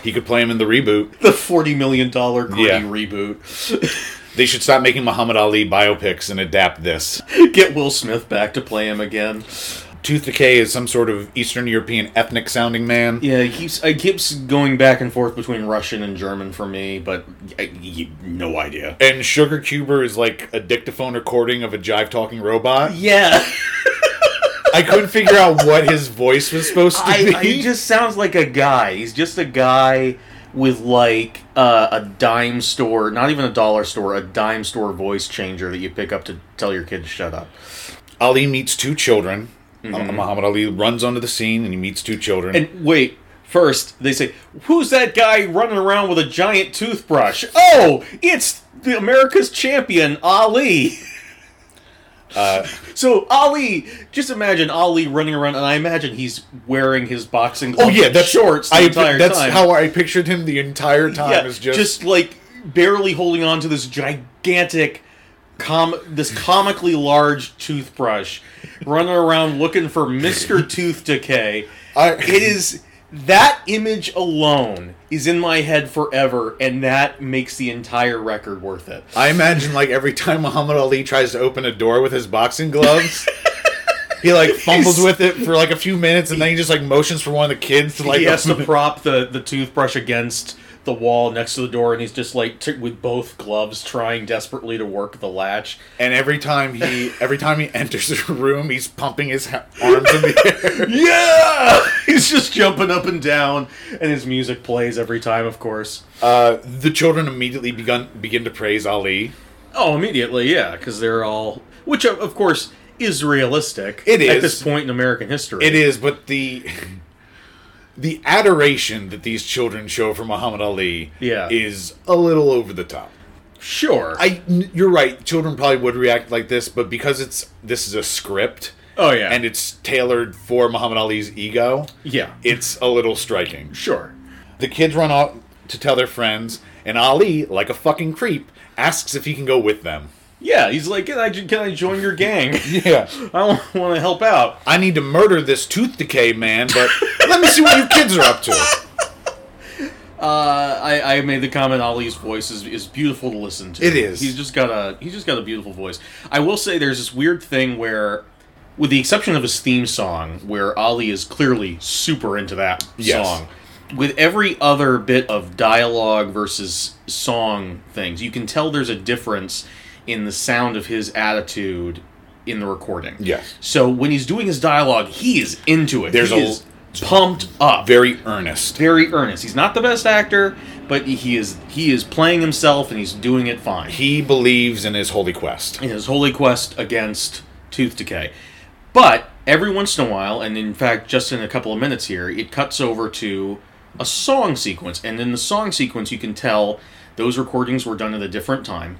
S1: he could play him in the reboot.
S2: the forty million dollar gritty
S1: Yeah.
S2: reboot.
S1: They should stop making Muhammad Ali biopics and adapt this.
S2: Get Will Smith back to play him again.
S1: Tooth Decay is some sort of Eastern European ethnic sounding man.
S2: Yeah, it keeps it keeps going back and forth between Russian and German for me, but I, y- no idea.
S1: And Sugar Cuber is like a dictaphone recording of a jive talking robot.
S2: Yeah,
S1: I couldn't figure out what his voice was supposed to
S2: I,
S1: be.
S2: I- he just sounds like a guy. He's just a guy with like uh, a dime store, not even a dollar store, a dime store voice changer that you pick up to tell your kid to shut up.
S1: Ali meets two children. Uh, Muhammad Ali runs onto the scene and he meets two children.
S2: And wait, first they say, "Who's that guy running around with a giant toothbrush?" Oh, it's the America's champion Ali. Uh, so Ali, just imagine Ali running around, and I imagine he's wearing his boxing
S1: oh
S2: gloves
S1: yeah,
S2: and
S1: that's
S2: shorts the
S1: I,
S2: entire
S1: that's
S2: time.
S1: how I pictured him the entire time. is just,
S2: like barely holding on to this gigantic, com this comically large toothbrush, running around looking for Mister Tooth Decay.
S1: I-
S2: it is that image alone is in my head forever, and that makes the entire record worth it.
S1: I imagine like every time Muhammad Ali tries to open a door with his boxing gloves, he like fumbles with it for like a few minutes, and then he just like motions for one of the kids to like
S2: he has to prop the, the toothbrush against the wall next to the door, and he's just like t- with both gloves trying desperately to work the latch.
S1: And every time he every time he enters a room, he's pumping his ha- arms in the air.
S2: Yeah! He's just jumping up and down, and his music plays every time, of course.
S1: Uh, the children immediately begun begin to praise Ali.
S2: Oh, immediately, yeah, because they're all. Which, of- of course, is realistic.
S1: It
S2: At
S1: is.
S2: this point in American history.
S1: It is, but the the adoration that these children show for Muhammad Ali
S2: Yeah.
S1: is a little over the top.
S2: Sure.
S1: I n- you're right. Children probably would react like this, but because it's this is a script
S2: oh, yeah.
S1: and it's tailored for Muhammad Ali's ego,
S2: yeah.
S1: it's a little striking.
S2: sure.
S1: The kids run off to tell their friends, and Ali, like a fucking creep, asks if he can go with them.
S2: Yeah, he's like, can I, j- can I join your gang?
S1: Yeah.
S2: I want to help out.
S1: I need to murder this tooth decay man, but let me see what you kids are up to.
S2: Uh, I, I made the comment. Ali's voice is, is beautiful to listen to.
S1: It is.
S2: He's just got a he's just got a beautiful voice. I will say there's this weird thing where, with the exception of his theme song, where Ali is clearly super into that
S1: Yes.
S2: song. With every other bit of dialogue versus song things, you can tell there's a difference in the sound of his attitude in the recording.
S1: Yes.
S2: So when he's doing his dialogue, he is into it.
S1: There's
S2: he
S1: a-
S2: is pumped up
S1: Very earnest.
S2: very earnest. He's not the best actor, but he is he is playing himself and he's doing it fine. He,
S1: He believes in his holy quest.
S2: in his holy quest against tooth decay. But every once in a while, and in fact just in a couple of minutes here, it cuts over to a song sequence. And in the song sequence you can tell those recordings were done at a different time.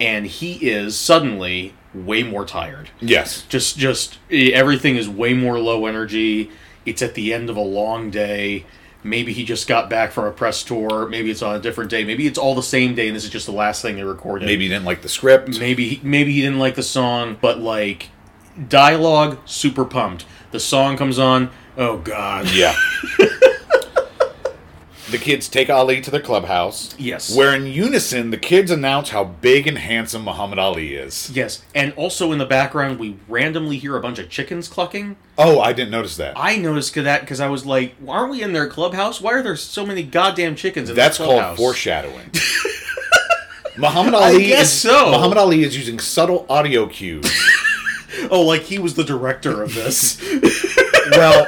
S2: And he is suddenly way more tired
S1: Yes.
S2: just just eh, everything is way more low energy it's at the end of a long day maybe he just got back from a press tour maybe it's on a different day maybe it's all the same day and this is just the last thing they recorded
S1: Maybe he didn't like the script.
S2: maybe he- maybe he didn't like the song but like dialogue super pumped the song comes on oh god
S1: Yeah. the kids take Ali to the clubhouse.
S2: Yes.
S1: Where in unison, the kids announce how big and handsome Muhammad Ali is.
S2: yes and also in the background we randomly hear a bunch of chickens clucking
S1: Oh, I didn't notice that.
S2: i noticed that because i was like aren't we in their clubhouse why are there so many goddamn chickens in their
S1: That's called
S2: clubhouse?
S1: foreshadowing. Muhammad Ali
S2: guess
S1: is,
S2: so.
S1: Muhammad Ali is using subtle audio cues
S2: Oh, like he was the director of this.
S1: well,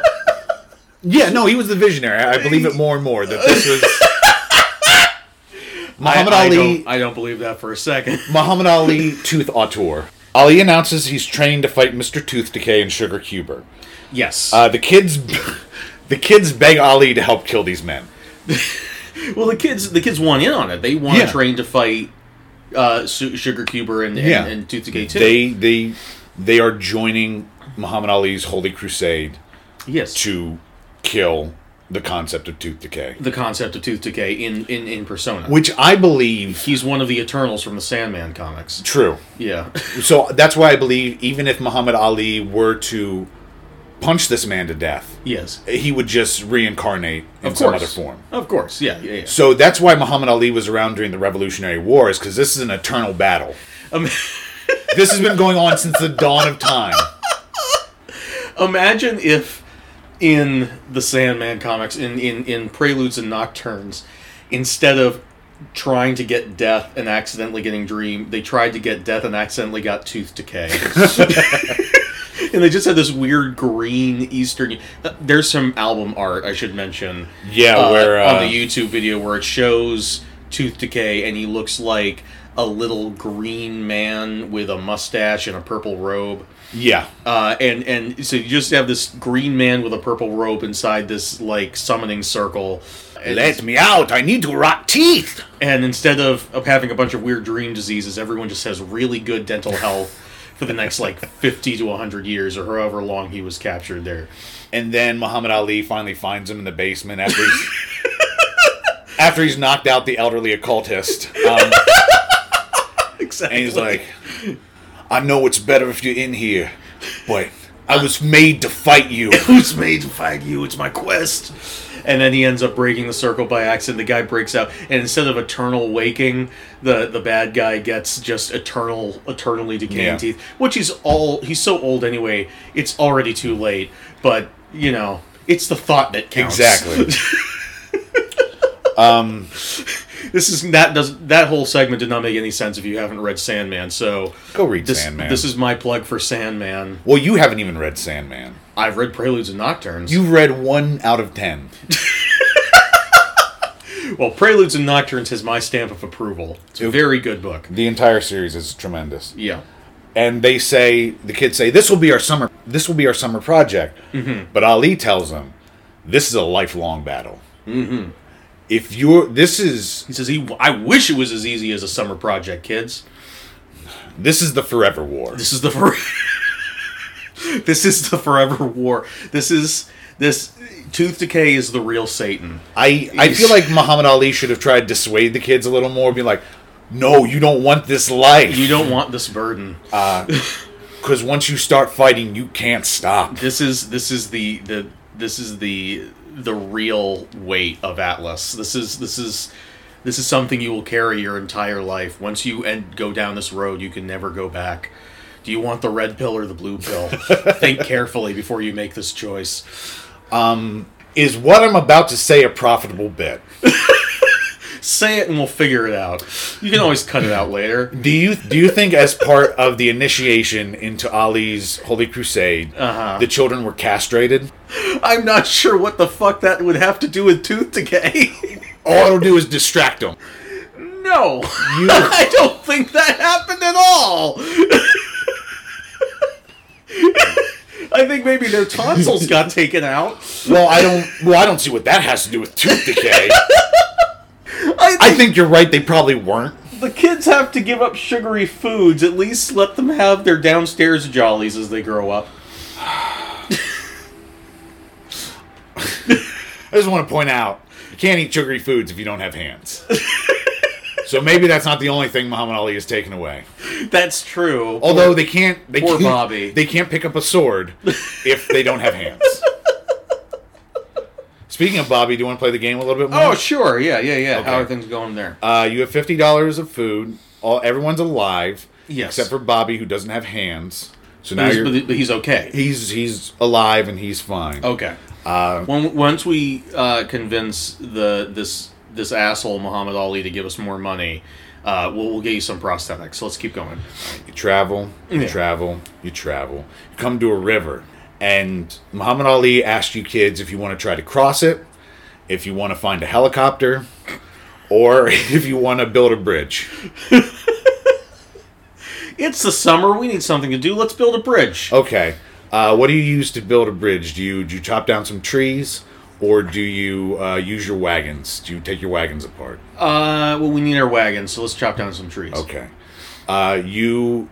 S1: yeah, no, he was the visionary. I believe it more and more that this was Muhammad
S2: I, I
S1: Ali.
S2: Don't, I don't believe that for a second.
S1: Muhammad Ali, tooth auteur. Ali announces he's trained to fight Mr. Tooth Decay and Sugar Cuber.
S2: Yes.
S1: Uh, the kids, the kids beg Ali to help kill these men.
S2: well, the kids the kids want in on it. They want
S1: Yeah.
S2: to train to fight uh, Su- Sugar Cuber and, and,
S1: Yeah.
S2: and Tooth Decay too.
S1: They they they are joining Muhammad Ali's holy crusade
S2: yes.
S1: to kill the concept of tooth decay,
S2: the concept of Tooth Decay in in in Persona.
S1: which I believe
S2: He's one of the Eternals from the Sandman comics.
S1: true.
S2: Yeah.
S1: So that's why I believe even if Muhammad Ali were to punch this man to death,
S2: yes.
S1: he would just reincarnate in
S2: Of
S1: some
S2: course.
S1: other form.
S2: Of course. Yeah. Yeah. yeah.
S1: So that's why Muhammad Ali was around during the Revolutionary War, is because this is an eternal battle.
S2: Um,
S1: This has been going on since the dawn of time.
S2: imagine if in the Sandman comics, in, in, in Preludes and Nocturnes, instead of trying to get death and accidentally getting dream, they tried to get death and accidentally got tooth decay. and they just had this weird green Eastern. uh, There's some album art I should mention.
S1: Yeah,
S2: uh,
S1: where, uh,
S2: on the YouTube video where it shows tooth decay and he looks like. a little green man with a mustache and a purple robe.
S1: Yeah.
S2: Uh, and and so you just have this green man with a purple robe inside this like summoning circle. And,
S1: Let me out. I need to rot teeth.
S2: and instead of, of having a bunch of weird dream diseases, everyone just has really good dental health for the next like fifty to hundred years or however long he was captured there.
S1: And then Muhammad Ali finally finds him in the basement after he's, after he's knocked out the elderly occultist. Um,
S2: Exactly.
S1: and he's like, I know it's better if you're in here, but I was made to fight you.
S2: Who's made to fight you? It's my quest. And then he ends up breaking the circle by accident. The guy breaks out, and instead of eternal waking, the the bad guy gets just eternal, eternally decaying
S1: Yeah.
S2: teeth, which is all. He's so old anyway; it's already too late. But you know, it's the thought that counts.
S1: Exactly.
S2: This is that does that whole segment did not make any sense if you haven't read Sandman. So
S1: Go read
S2: this,
S1: Sandman.
S2: This is my plug for Sandman.
S1: well, you haven't even read Sandman.
S2: I've read Preludes and Nocturnes.
S1: You've read one out of ten.
S2: well, Preludes and Nocturnes has my stamp of approval. It's a very good book.
S1: The entire series is tremendous.
S2: Yeah.
S1: and they say the kids say this will be our summer this will be our summer project
S2: Mm-hmm.
S1: but ali tells them this is a lifelong battle mm-hmm. if you're this is
S2: He says, he, I wish it was as easy as a summer project, kids.
S1: this is the forever war
S2: This is the for- This is the forever war. This is this tooth decay is the real Satan.
S1: i i feel like muhammad ali should have tried to dissuade the kids a little more be like no you don't want this life
S2: You don't want this burden.
S1: because once you start fighting you can't stop
S2: This is this is the the this is the the real weight of Atlas. This is this is this is something you will carry your entire life. Once you end, go down this road, you can never go back. Do you want the red pill or the blue pill? Think carefully before you make this choice.
S1: is what i'm about to say a profitable bit
S2: Say it and we'll figure it out. You can always cut it out later.
S1: do you do you think as part of the initiation into ali's holy crusade
S2: Uh-huh.
S1: the children were castrated
S2: I'm not sure what the fuck that would have to do with tooth decay.
S1: All it'll do is distract them.
S2: no. I don't think that happened at all. I think maybe their tonsils got taken out.
S1: Well, I don't. Well, I don't see what that has to do with eh? tooth decay.
S2: I think,
S1: I think you're right. They probably weren't.
S2: the kids have to give up sugary foods. At least let them have their downstairs jollies as they grow up.
S1: I just want to point out you can't eat sugary foods if you don't have hands. so maybe that's not the only thing Muhammad Ali has taken away.
S2: That's true.
S1: Although they can't. They
S2: Poor
S1: can't,
S2: Bobby.
S1: They can't pick up a sword if they don't have hands. Speaking of Bobby, do you want to play the game a little bit more?
S2: Oh, sure. Yeah, yeah, yeah.
S1: Okay.
S2: How are things going there?
S1: Uh, you have fifty dollars of food. All everyone's alive.
S2: Yes.
S1: Except for Bobby, who doesn't have hands. So now
S2: He's-
S1: you're.
S2: but he's okay.
S1: He's he's alive and he's fine.
S2: Okay.
S1: Uh,
S2: when, once we uh, convince the this this asshole Muhammad Ali to give us more money, uh, we'll, we'll get you some prosthetics. So let's keep going.
S1: You travel, you
S2: Yeah.
S1: travel, you travel. You come to a river, and Muhammad Ali asked you kids if you want to try to cross it, if you want to find a helicopter, or if you want to build a bridge.
S2: It's the summer. We need something to do. Let's build a bridge.
S1: Okay, uh, what do you use to build a bridge? Do you do you chop down some trees, or do you uh, use your wagons? Do you take your wagons apart?
S2: Uh, well, we need our wagons, so let's chop down some trees.
S1: Okay, uh, you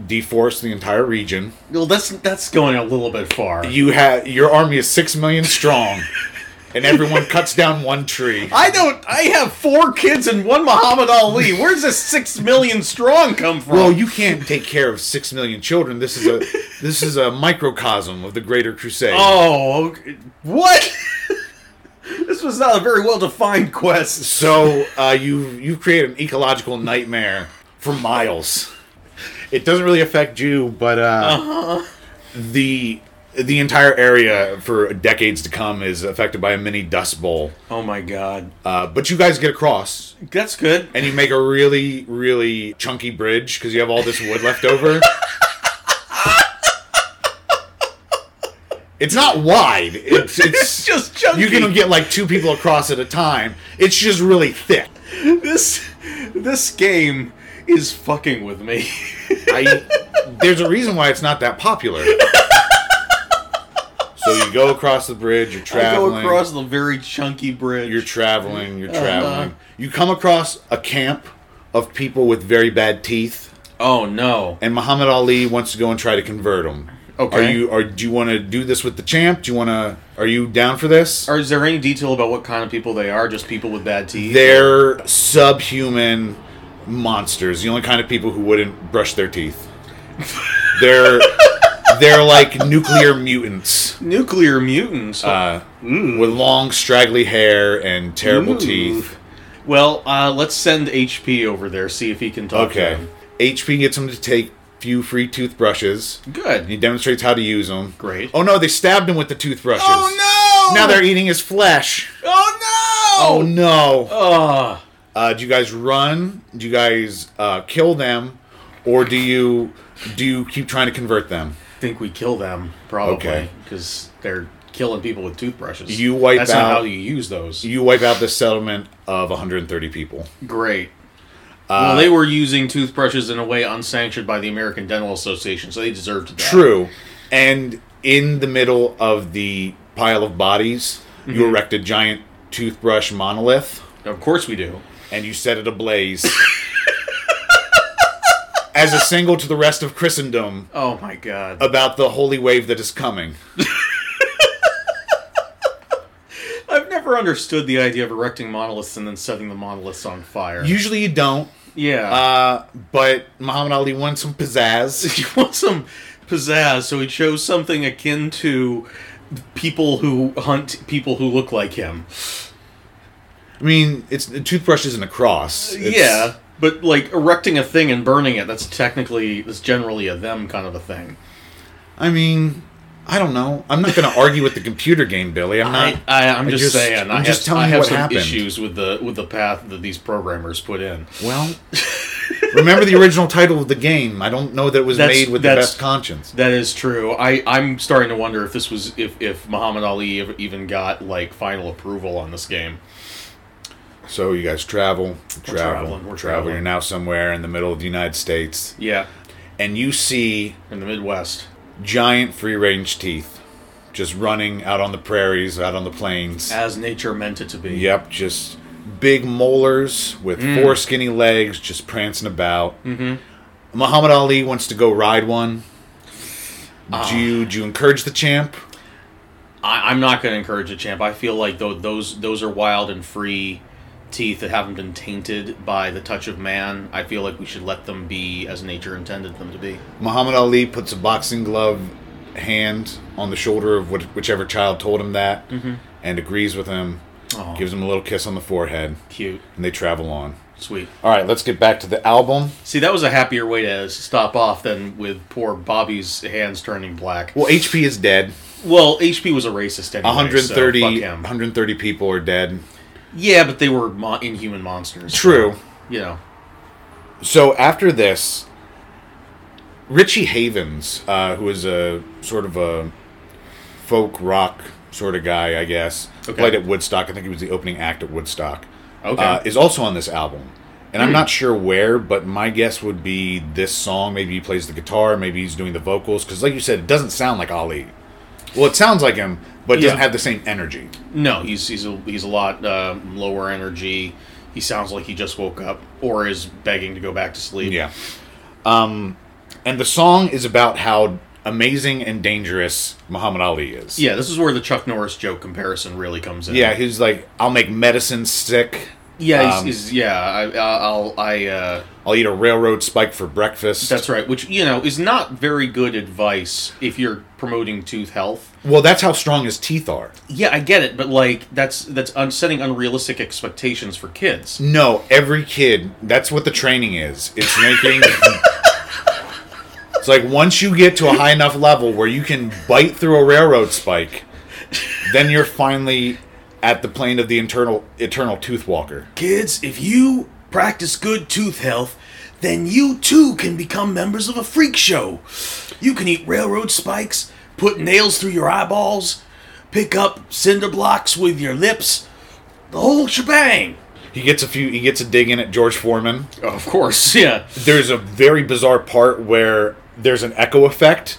S1: deforest the entire region.
S2: Well, that's that's going a little bit far.
S1: You have your army is six million strong, and everyone cuts down one tree.
S2: I don't. I have four kids and one Muhammad Ali. Where's this six million strong come from?
S1: Well, you can't take care of six million children. This is a this is a microcosm of the Greater Crusade.
S2: oh, okay. what? this was not a very well defined quest.
S1: So uh, you you create an ecological nightmare for miles. It doesn't really affect you, but uh, the the entire area for decades to come is affected by a mini dust bowl.
S2: Oh my god.
S1: Uh, but you guys get across,
S2: That's good.
S1: and you make a really really chunky bridge because you have all this wood left over. It's not wide. It's it's,
S2: It's just chunky.
S1: You can get like two people across at a time. It's just really thick.
S2: This This game is fucking with me.
S1: I, there's a reason why it's not that popular. so you go across the bridge, you're
S2: I
S1: traveling.
S2: go across Uh-huh. the very chunky bridge.
S1: You're traveling, you're traveling. You come across a camp of people with very bad teeth,
S2: oh no.
S1: and Muhammad Ali wants to go and try to convert them.
S2: Okay.
S1: Are you? Or do you want to do this with the champ? Do you want to? Are you down for this?
S2: Or is there any detail about what kind of people they are? Just people with bad teeth?
S1: They're subhuman monsters. The only kind of people who wouldn't brush their teeth. They're they're like nuclear mutants
S2: nuclear mutants.
S1: uh, with long straggly hair and terrible teeth.
S2: well, uh, let's send HP over there. See if he can talk. To
S1: Okay.
S2: them.
S1: HP gets him to take few free toothbrushes. And he
S2: Good.
S1: demonstrates how to use them.
S2: Great.
S1: Oh no, they stabbed him with the toothbrushes.
S2: Oh no!
S1: Now they're eating his flesh.
S2: Oh
S1: Oh
S2: no!
S1: no.
S2: Oh.
S1: Uh, do you guys run? Do you guys uh, kill them, or do you do you keep trying to convert them?
S2: I think we kill them probably
S1: Okay.
S2: because they're killing people with toothbrushes.
S1: You wipe
S2: That's
S1: out-
S2: not how you use those.
S1: You wipe out the settlement of 130 people.
S2: Great. well, they were using toothbrushes in a way unsanctioned by the American Dental Association, so they deserved that.
S1: True. And in the middle of the pile of bodies, you erect a giant toothbrush monolith.
S2: Of course we do.
S1: and you set it ablaze as a single to the rest of Christendom
S2: Oh my god.
S1: about the holy wave that is coming.
S2: I've never understood the idea of erecting monoliths and then setting the monoliths on fire.
S1: Usually you don't,
S2: yeah.
S1: uh, but Muhammad Ali wants some pizzazz.
S2: he wants some pizzazz, so he chose something akin to people who hunt people who look like him.
S1: I mean, it's a toothbrush isn't a cross. It's-
S2: yeah, but like erecting a thing and burning it—that's technically, that's generally a them kind of a thing.
S1: I mean, I don't know. I'm not going to argue with the computer game, Billy. I'm not.
S2: I, I, I'm just,
S1: just-
S2: saying.
S1: I'm
S2: I have,
S1: just telling
S2: I
S1: you
S2: have
S1: what
S2: some
S1: happened.
S2: issues with the with the path that these programmers put in.
S1: well, remember the original title of the game. I don't know that it was
S2: That's-
S1: made with the
S2: that's-
S1: best conscience.
S2: That is true. I I'm starting to wonder if this was if if Muhammad Ali ev- even got like final approval on this game.
S1: So you guys travel, travel,
S2: traveling,
S1: travel. You're
S2: we're traveling.
S1: now somewhere in the middle of the United States.
S2: Yeah,
S1: and you see
S2: in the Midwest.
S1: giant free range teeth just running out on the prairies, out on the plains.
S2: as nature meant it to be.
S1: Yep, just big molars with
S2: Mm.
S1: four skinny legs just prancing about. Mm-hmm. Muhammad Ali wants to go ride one. Do
S2: Ah.
S1: you do you encourage the champ?
S2: I, I'm not going to encourage a champ. I feel like though those those are wild and free teeth that haven't been tainted by the touch of man. I feel like we should let them be as nature intended them to be.
S1: Muhammad Ali puts a boxing glove hand on the shoulder of what, whichever child told him that,
S2: Mm-hmm.
S1: and agrees with him.
S2: Aw.
S1: Gives him a little kiss on the forehead,
S2: Cute,
S1: and they travel on.
S2: sweet.
S1: All right, let's get back to the album.
S2: See, that was a happier way to stop off than with poor Bobby's hands turning black.
S1: Well, HP is dead.
S2: Well, HP was a racist anyway.
S1: 130,
S2: so fuck him.
S1: 130 people are dead.
S2: Yeah, but they were mo- inhuman monsters.
S1: True.
S2: You know.
S1: So after this, Richie Havens, uh, who is a sort of a folk rock sort of guy, I guess,
S2: Okay.
S1: played at Woodstock. I think he was the opening act at Woodstock.
S2: Okay. Hmm.
S1: Uh, is also on this album. And I'm not sure where, but my guess would be this song. Maybe he plays the guitar. Maybe he's doing the vocals. Because, like you said, it doesn't sound like Ali. Well, it sounds like him, but it doesn't
S2: Yeah.
S1: have the same energy.
S2: No, he's he's a, he's a lot uh, lower energy. He sounds like he just woke up or is begging to go back to sleep.
S1: Yeah. Um, and the song is about how amazing and dangerous Muhammad Ali is.
S2: Yeah, this is where the Chuck Norris joke comparison really comes in.
S1: Yeah, he's like, I'll make medicine sick.
S2: yeah, he's,
S1: Um,
S2: he's- yeah. I, I'll, I. Uh,
S1: I'll eat a railroad spike for breakfast.
S2: that's right. Which you know is not very good advice if you're promoting tooth health.
S1: well, that's how strong his teeth are.
S2: Yeah, I get it, but like that's that's un- setting unrealistic expectations for kids.
S1: No, every kid, that's what the training is. It's making. it's like once you get to a high enough level where you can bite through a railroad spike, then you're finally at the plane of the internal eternal tooth walker.
S2: Kids, if you practice good tooth health, then you too can become members of a freak show. You can eat railroad spikes, put nails through your eyeballs, pick up cinder blocks with your lips, the whole shebang.
S1: He gets a few. He gets a dig in at George Foreman.
S2: Oh, Of course, yeah.
S1: There's a very bizarre part where there's an echo effect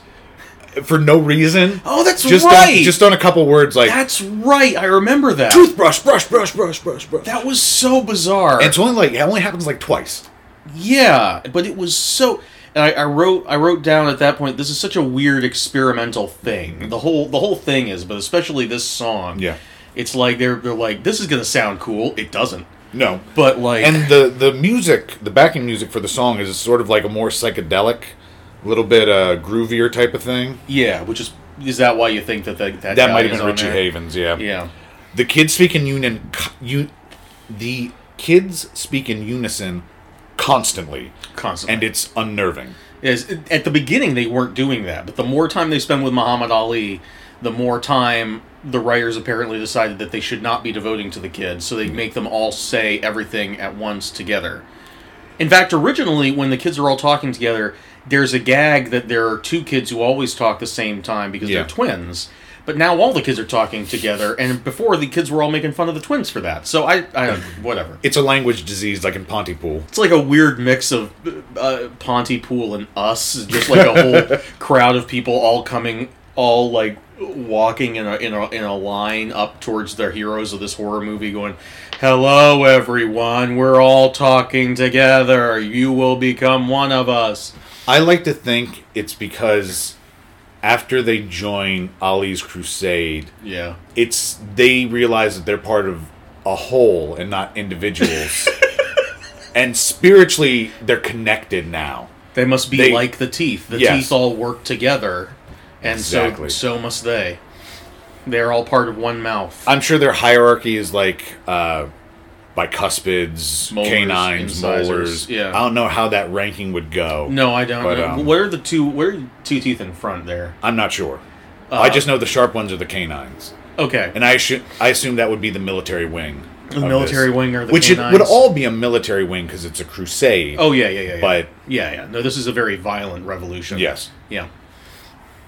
S1: for no reason.
S2: Oh, that's
S1: just
S2: right.
S1: On, just on a couple words, like
S2: That's right. I remember that.
S1: toothbrush, brush, brush, brush, brush, brush.
S2: That was so bizarre.
S1: And it's only like it only happens like twice.
S2: yeah, but it was so. And I, I wrote. I wrote down at that point. This is such a weird experimental thing. The whole. The whole thing is, but especially this song.
S1: Yeah.
S2: It's like they're they're like this is gonna sound cool. It doesn't.
S1: No,
S2: But like.
S1: and the the music, the backing music for the song is sort of like a more psychedelic, little bit uh, groovier type of thing.
S2: yeah, which is is that why you think that the,
S1: That
S2: that guy
S1: might have
S2: is
S1: been
S2: on
S1: Richie
S2: there?
S1: Havens. Yeah.
S2: Yeah.
S1: The kids speak in union. You, the kids speak in unison constantly,
S2: Constantly.
S1: and it's unnerving.
S2: is at the beginning they weren't doing that, but the more time they spend with Muhammad Ali, the more time the writers apparently decided that they should not be devoting to the kids, so they make them all say everything at once together. In fact, originally when the kids are all talking together, there's a gag that there are two kids who always talk the same time because
S1: Yeah.
S2: they're twins. But now all the kids are talking together, and before the kids were all making fun of the twins for that. So I, I whatever.
S1: It's a language disease, like in Pontypool.
S2: It's like a weird mix of uh, Pontypool and us, just like a whole crowd of people all coming, all like walking in a, in a in a line up towards their heroes of this horror movie, going, "Hello, everyone. We're all talking together. You will become one of us."
S1: I like to think it's because after they join Ali's crusade,
S2: Yeah,
S1: it's they realize that they're part of a whole and not individuals. and spiritually they're connected now.
S2: they must be
S1: They-
S2: like the teeth. The
S1: Yes.
S2: teeth all work together, and
S1: Exactly.
S2: so so must they. They're all part of one mouth.
S1: I'm sure their hierarchy is like uh bicuspids,
S2: Molars,
S1: canines,
S2: incisors,
S1: molars.
S2: yeah.
S1: I don't know how that ranking would go.
S2: No, I don't.
S1: But,
S2: know.
S1: um,
S2: what are the two? What are the two teeth in front there?
S1: I'm not sure.
S2: Uh,
S1: I just know the sharp ones are the canines.
S2: Okay,
S1: And I should I assume that would be the military wing. of
S2: military wing or the
S1: Which it would
S2: canines?
S1: all be a military wing because it's a crusade.
S2: oh yeah, yeah, yeah, yeah.
S1: But-
S2: yeah, yeah. No, this is a very violent revolution.
S1: Yes.
S2: Yeah.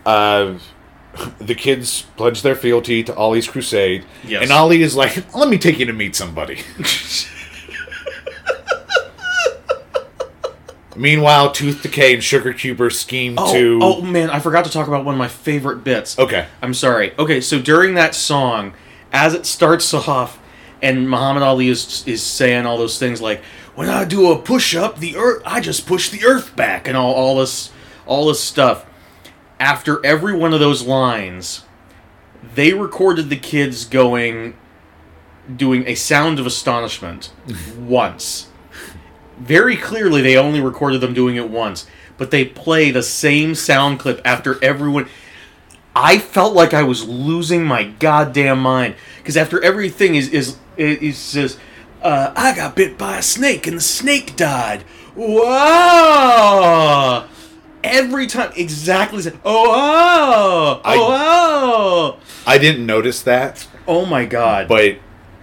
S1: uh, the kids pledge their fealty to Ollie's crusade,
S2: Yes.
S1: and Ollie is like, "Let me take you to meet somebody." Meanwhile, Tooth Decay and Sugar Cuber scheme
S2: Oh,
S1: to.
S2: oh man, I forgot to talk about one of my favorite bits.
S1: Okay.
S2: I'm sorry. Okay, so during that song, as it starts off, and Muhammad Ali is is saying all those things like, "When I do a push up, the earth, I just push the earth back," and all all this all this stuff. After every one of those lines, they recorded the kids going, doing a sound of astonishment once. Very clearly, they only recorded them doing it once, but they play the same sound clip after everyone. I felt like I was losing my goddamn mind because after everything is is is says, uh, I got bit by a snake and the snake died. Wow! Every time, exactly. the same. Oh, oh,
S1: I-
S2: oh,
S1: I didn't notice that,
S2: oh, oh my god!
S1: but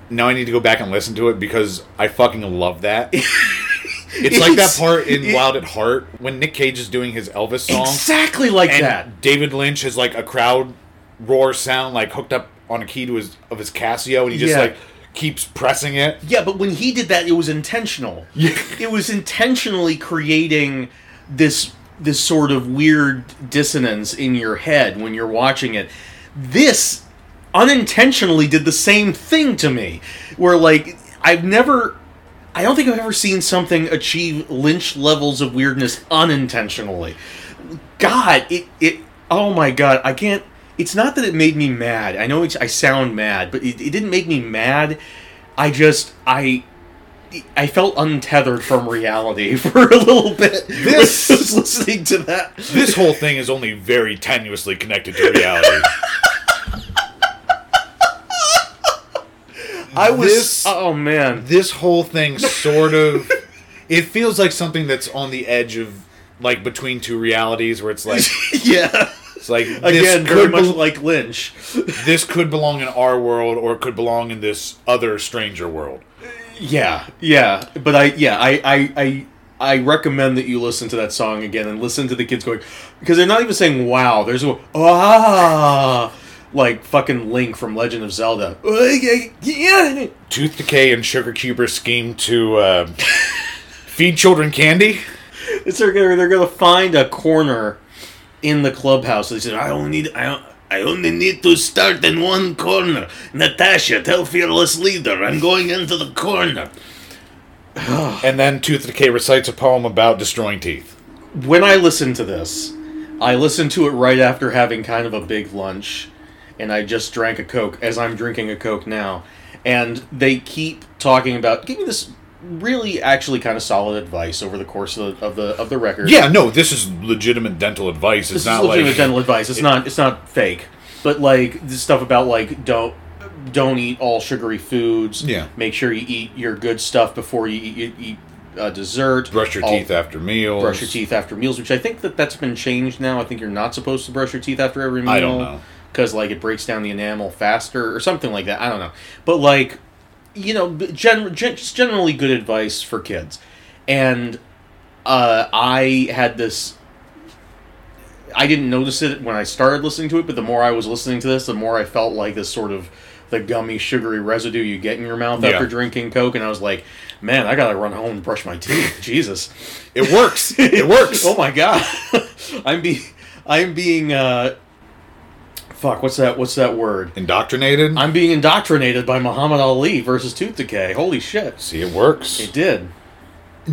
S1: now I need to go back and listen to it because I fucking love that. It's, like that
S2: It's-
S1: part in
S2: it-
S1: Wild at Heart when Nick Cage is doing his Elvis song.
S2: exactly like
S1: and
S2: that.
S1: David Lynch has like a crowd roar sound like hooked up on a key to his of his Casio and he just
S2: Yeah.
S1: like keeps pressing it.
S2: Yeah, but when he did that, it was intentional. it was intentionally creating this this sort of weird dissonance in your head when you're watching it. This unintentionally did the same thing to me, where like I've never. I don't think I've ever seen something achieve Lynch levels of weirdness unintentionally. God, it it oh my god, I can't. It's not that it made me mad. I know it's, I sound mad, but it, it didn't make me mad. I just I I felt untethered from reality for a little bit.
S1: This-
S2: when I was listening to that.
S1: This whole thing is only very tenuously connected to reality.
S2: I was
S1: this-
S2: oh man.
S1: this whole thing sort of it feels like something that's on the edge of like between two realities where it's like
S2: yeah.
S1: it's like
S2: Again,
S1: this
S2: very
S1: could,
S2: much
S1: bel-
S2: like Lynch.
S1: this could belong in our world or it could belong in this other stranger world.
S2: Yeah, yeah, but I yeah I I I. I recommend that you listen to that song again and listen to the kids going because they're not even saying "wow." There's a ah, like fucking Link from Legend of Zelda. Yeah.
S1: Tooth Decay and Sugar Cuber scheme to uh, feed children candy.
S2: It's they're gonna they're gonna find a corner in the clubhouse. They said, "I only need I, I only need to start in one corner." Natasha, tell fearless leader, I'm going into the corner.
S1: And then Tooth Decay recites a poem about destroying teeth.
S2: When I listened to this, I listened to it right after having kind of a big lunch, and I just drank a coke as I'm drinking a coke now, and they keep talking about giving this really actually kind of solid advice over the course of the of the, of the record.
S1: Yeah, no, this is legitimate dental advice. It's
S2: This
S1: not
S2: is legitimate
S1: like
S2: dental advice. It's not. It's not fake. But like this stuff about like don't don't eat all sugary foods.
S1: Yeah.
S2: Make sure you eat your good stuff before you eat, you eat uh, dessert.
S1: brush your
S2: All-
S1: teeth after meals.
S2: Brush your teeth after meals, which I think that that's been changed now. I think you're not supposed to brush your teeth after every meal.
S1: I don't know.
S2: Because like it breaks down the enamel faster or something like that. I don't know. But like you know, b- gen- gen- just generally good advice for kids. And uh, I had this. I didn't notice it when I started listening to it, but the more I was listening to this, the more I felt like this sort of the gummy, sugary residue you get in your mouth
S1: Yeah.
S2: after drinking Coke. And I was like, man, I gotta run home and brush my teeth. Jesus.
S1: It works. It works.
S2: Oh my god, I'm being, I'm being, uh, fuck. What's that? What's that word?
S1: Indoctrinated.
S2: I'm being indoctrinated by Muhammad Ali versus Tooth Decay. Holy shit!
S1: See, it works.
S2: It did.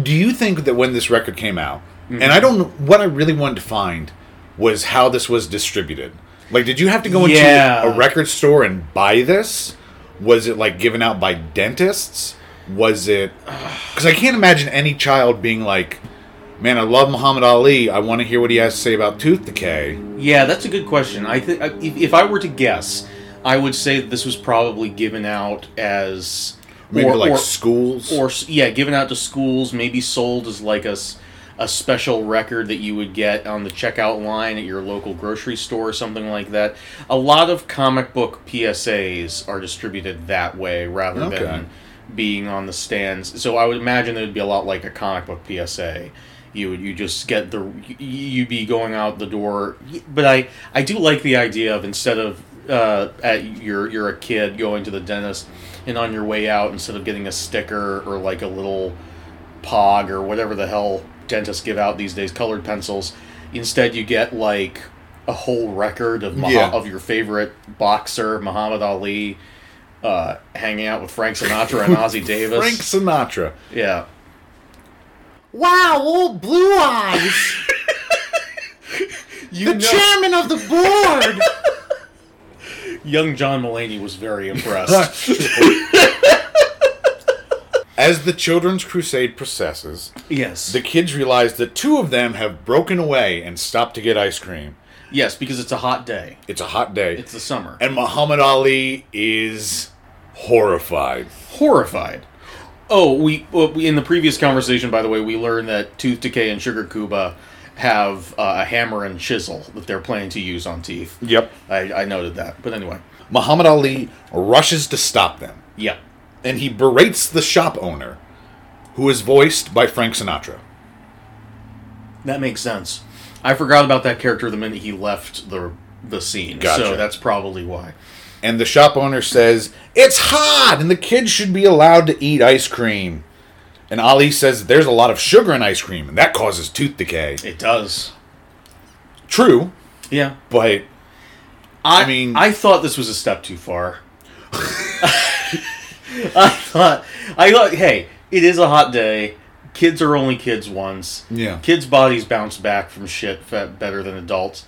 S1: do you think that when this record came out and i don't what i really wanted to find was how this was distributed like did you have to go
S2: Yeah.
S1: into a record store and buy this was it like given out by dentists was it because i can't imagine any child being like man i love muhammad ali i want to hear what he has to say about tooth decay
S2: Yeah, that's a good question. I think if, if I were to guess, I would say that this was probably given out as
S1: maybe
S2: or-
S1: like
S2: or-
S1: schools
S2: or s- yeah, given out to schools, maybe sold as like a, s- a special record that you would get on the checkout line at your local grocery store or something like that. A lot of comic book PSAs are distributed that way rather
S1: Okay.
S2: than being on the stands. So I would imagine it would be a lot like a comic book PSA. You would you just get the you- you'd be going out the door, but I I do like the idea of instead of uh, at you're you're a kid going to the dentist, and on your way out instead of getting a sticker or like a little pog or whatever the hell dentists give out these days, colored pencils. Instead, you get like a whole record of Mah-
S1: Yeah.
S2: of your favorite boxer Muhammad Ali uh, hanging out with Frank Sinatra and Ozzy Davis.
S1: frank sinatra
S2: Yeah.
S1: wow old blue eyes
S2: You
S1: chairman of the board
S2: young John Mulaney was very impressed.
S1: As the children's crusade processes,
S2: yes.
S1: the kids realize that two of them have broken away and stopped to get ice cream.
S2: yes, because it's a hot day.
S1: It's a hot day.
S2: It's the summer.
S1: and Muhammad Ali is horrified.
S2: horrified. Oh, we, well, we in the previous conversation, by the way, we learned that Tooth Decay and Sugar Cuba have uh, a hammer and chisel that they're planning to use on teeth.
S1: Yep.
S2: I, I noted that, but anyway,
S1: Muhammad Ali rushes to stop them,
S2: yeah,
S1: and he berates the shop owner, who is voiced by Frank Sinatra.
S2: that makes sense. I forgot about that character the minute he left the the scene,
S1: Gotcha.
S2: so that's probably why.
S1: And the shop owner says, It's hot, and the kids should be allowed to eat ice cream. And Ali says, There's a lot of sugar in ice cream, and that causes tooth decay.
S2: It does.
S1: True,
S2: Yeah,
S1: but
S2: I,
S1: I mean-
S2: mean, I thought this was a step too far. I thought, I thought, hey, it is a hot day. Kids are only kids once.
S1: Yeah.
S2: Kids' bodies bounce back from shit fa- better than adults.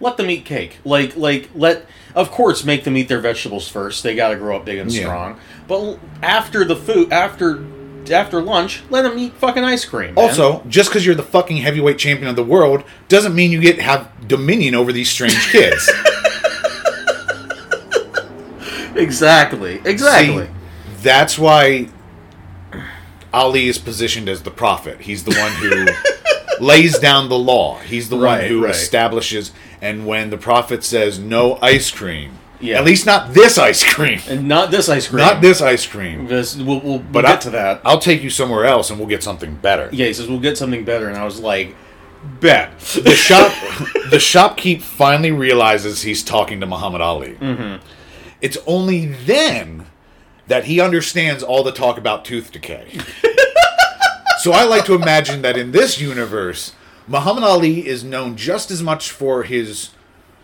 S2: Let them eat cake. Like, like, let. Of course, make them eat their vegetables first. They got to grow up big and
S1: Yeah.
S2: strong. But l- after the food, after after lunch, let them eat fucking ice cream. man.
S1: Also, just because you're the fucking heavyweight champion of the world doesn't mean you get have dominion over these strange kids.
S2: exactly, exactly.
S1: See, that's why Ali is positioned as the prophet. He's the one who lays down the law. He's the one
S2: Right,
S1: who
S2: right.
S1: establishes. And when the prophet says no ice cream,
S2: Yeah.
S1: at least not this ice cream,
S2: and not this ice cream.
S1: not this ice cream.
S2: This, we'll, we'll,
S1: But
S2: we'll
S1: I-
S2: get to that.
S1: I'll take you somewhere else, and we'll get something better.
S2: yeah, he says we'll get something better, and I was like,
S1: bet the shop the shopkeep finally realizes he's talking to Muhammad Ali. It's only then that he understands all the talk about tooth decay. so I like to imagine that in this universe, Muhammad Ali is known just as much for his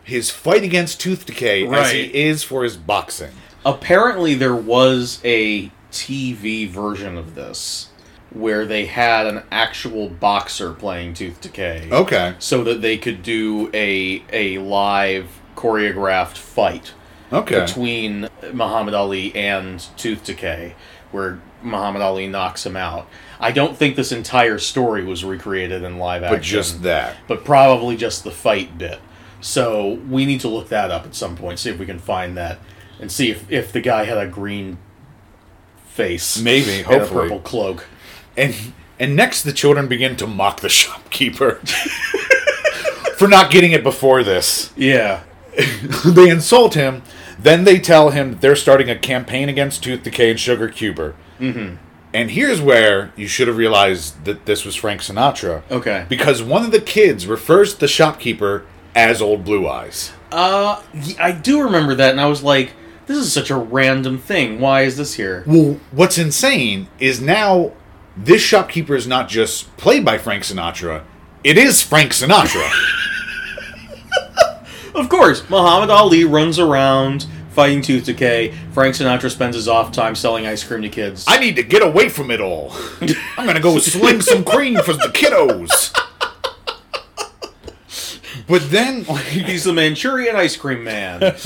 S1: his fight against tooth decay as he
S2: Right.
S1: is for his boxing.
S2: Apparently, there was a TV version of this where they had an actual boxer playing Tooth Decay,
S1: Okay.
S2: so that they could do a a live choreographed fight
S1: Okay.
S2: between Muhammad Ali and Tooth Decay, where Muhammad Ali knocks him out. I don't think this entire story was recreated in live action,
S1: But just that.
S2: but probably just the fight bit. So we need to look that up at some point, see if we can find that, and see if, if the guy had a green face,
S1: Maybe,
S2: and
S1: hopefully.
S2: a purple cloak.
S1: And and next, the children begin to mock the shopkeeper for not getting it before this.
S2: Yeah,
S1: they insult him. Then they tell him that they're starting a campaign against tooth decay and sugar cuber. Mm-hmm. And here's where you should have realized that this was Frank Sinatra.
S2: Okay.
S1: Because one of the kids refers to the shopkeeper as Old Blue Eyes.
S2: uh, y- I do remember that, and I was like, "This is such a random thing. Why is this here?"
S1: Well, what's insane is now this shopkeeper is not just played by Frank Sinatra, it is Frank Sinatra.
S2: Of course, Muhammad Ali runs around fighting tooth decay. Frank Sinatra spends his off time selling ice cream to kids.
S1: I need to get away from it all. I'm gonna go sling some cream for the kiddos. But then, like,
S2: He's the Manchurian ice cream man.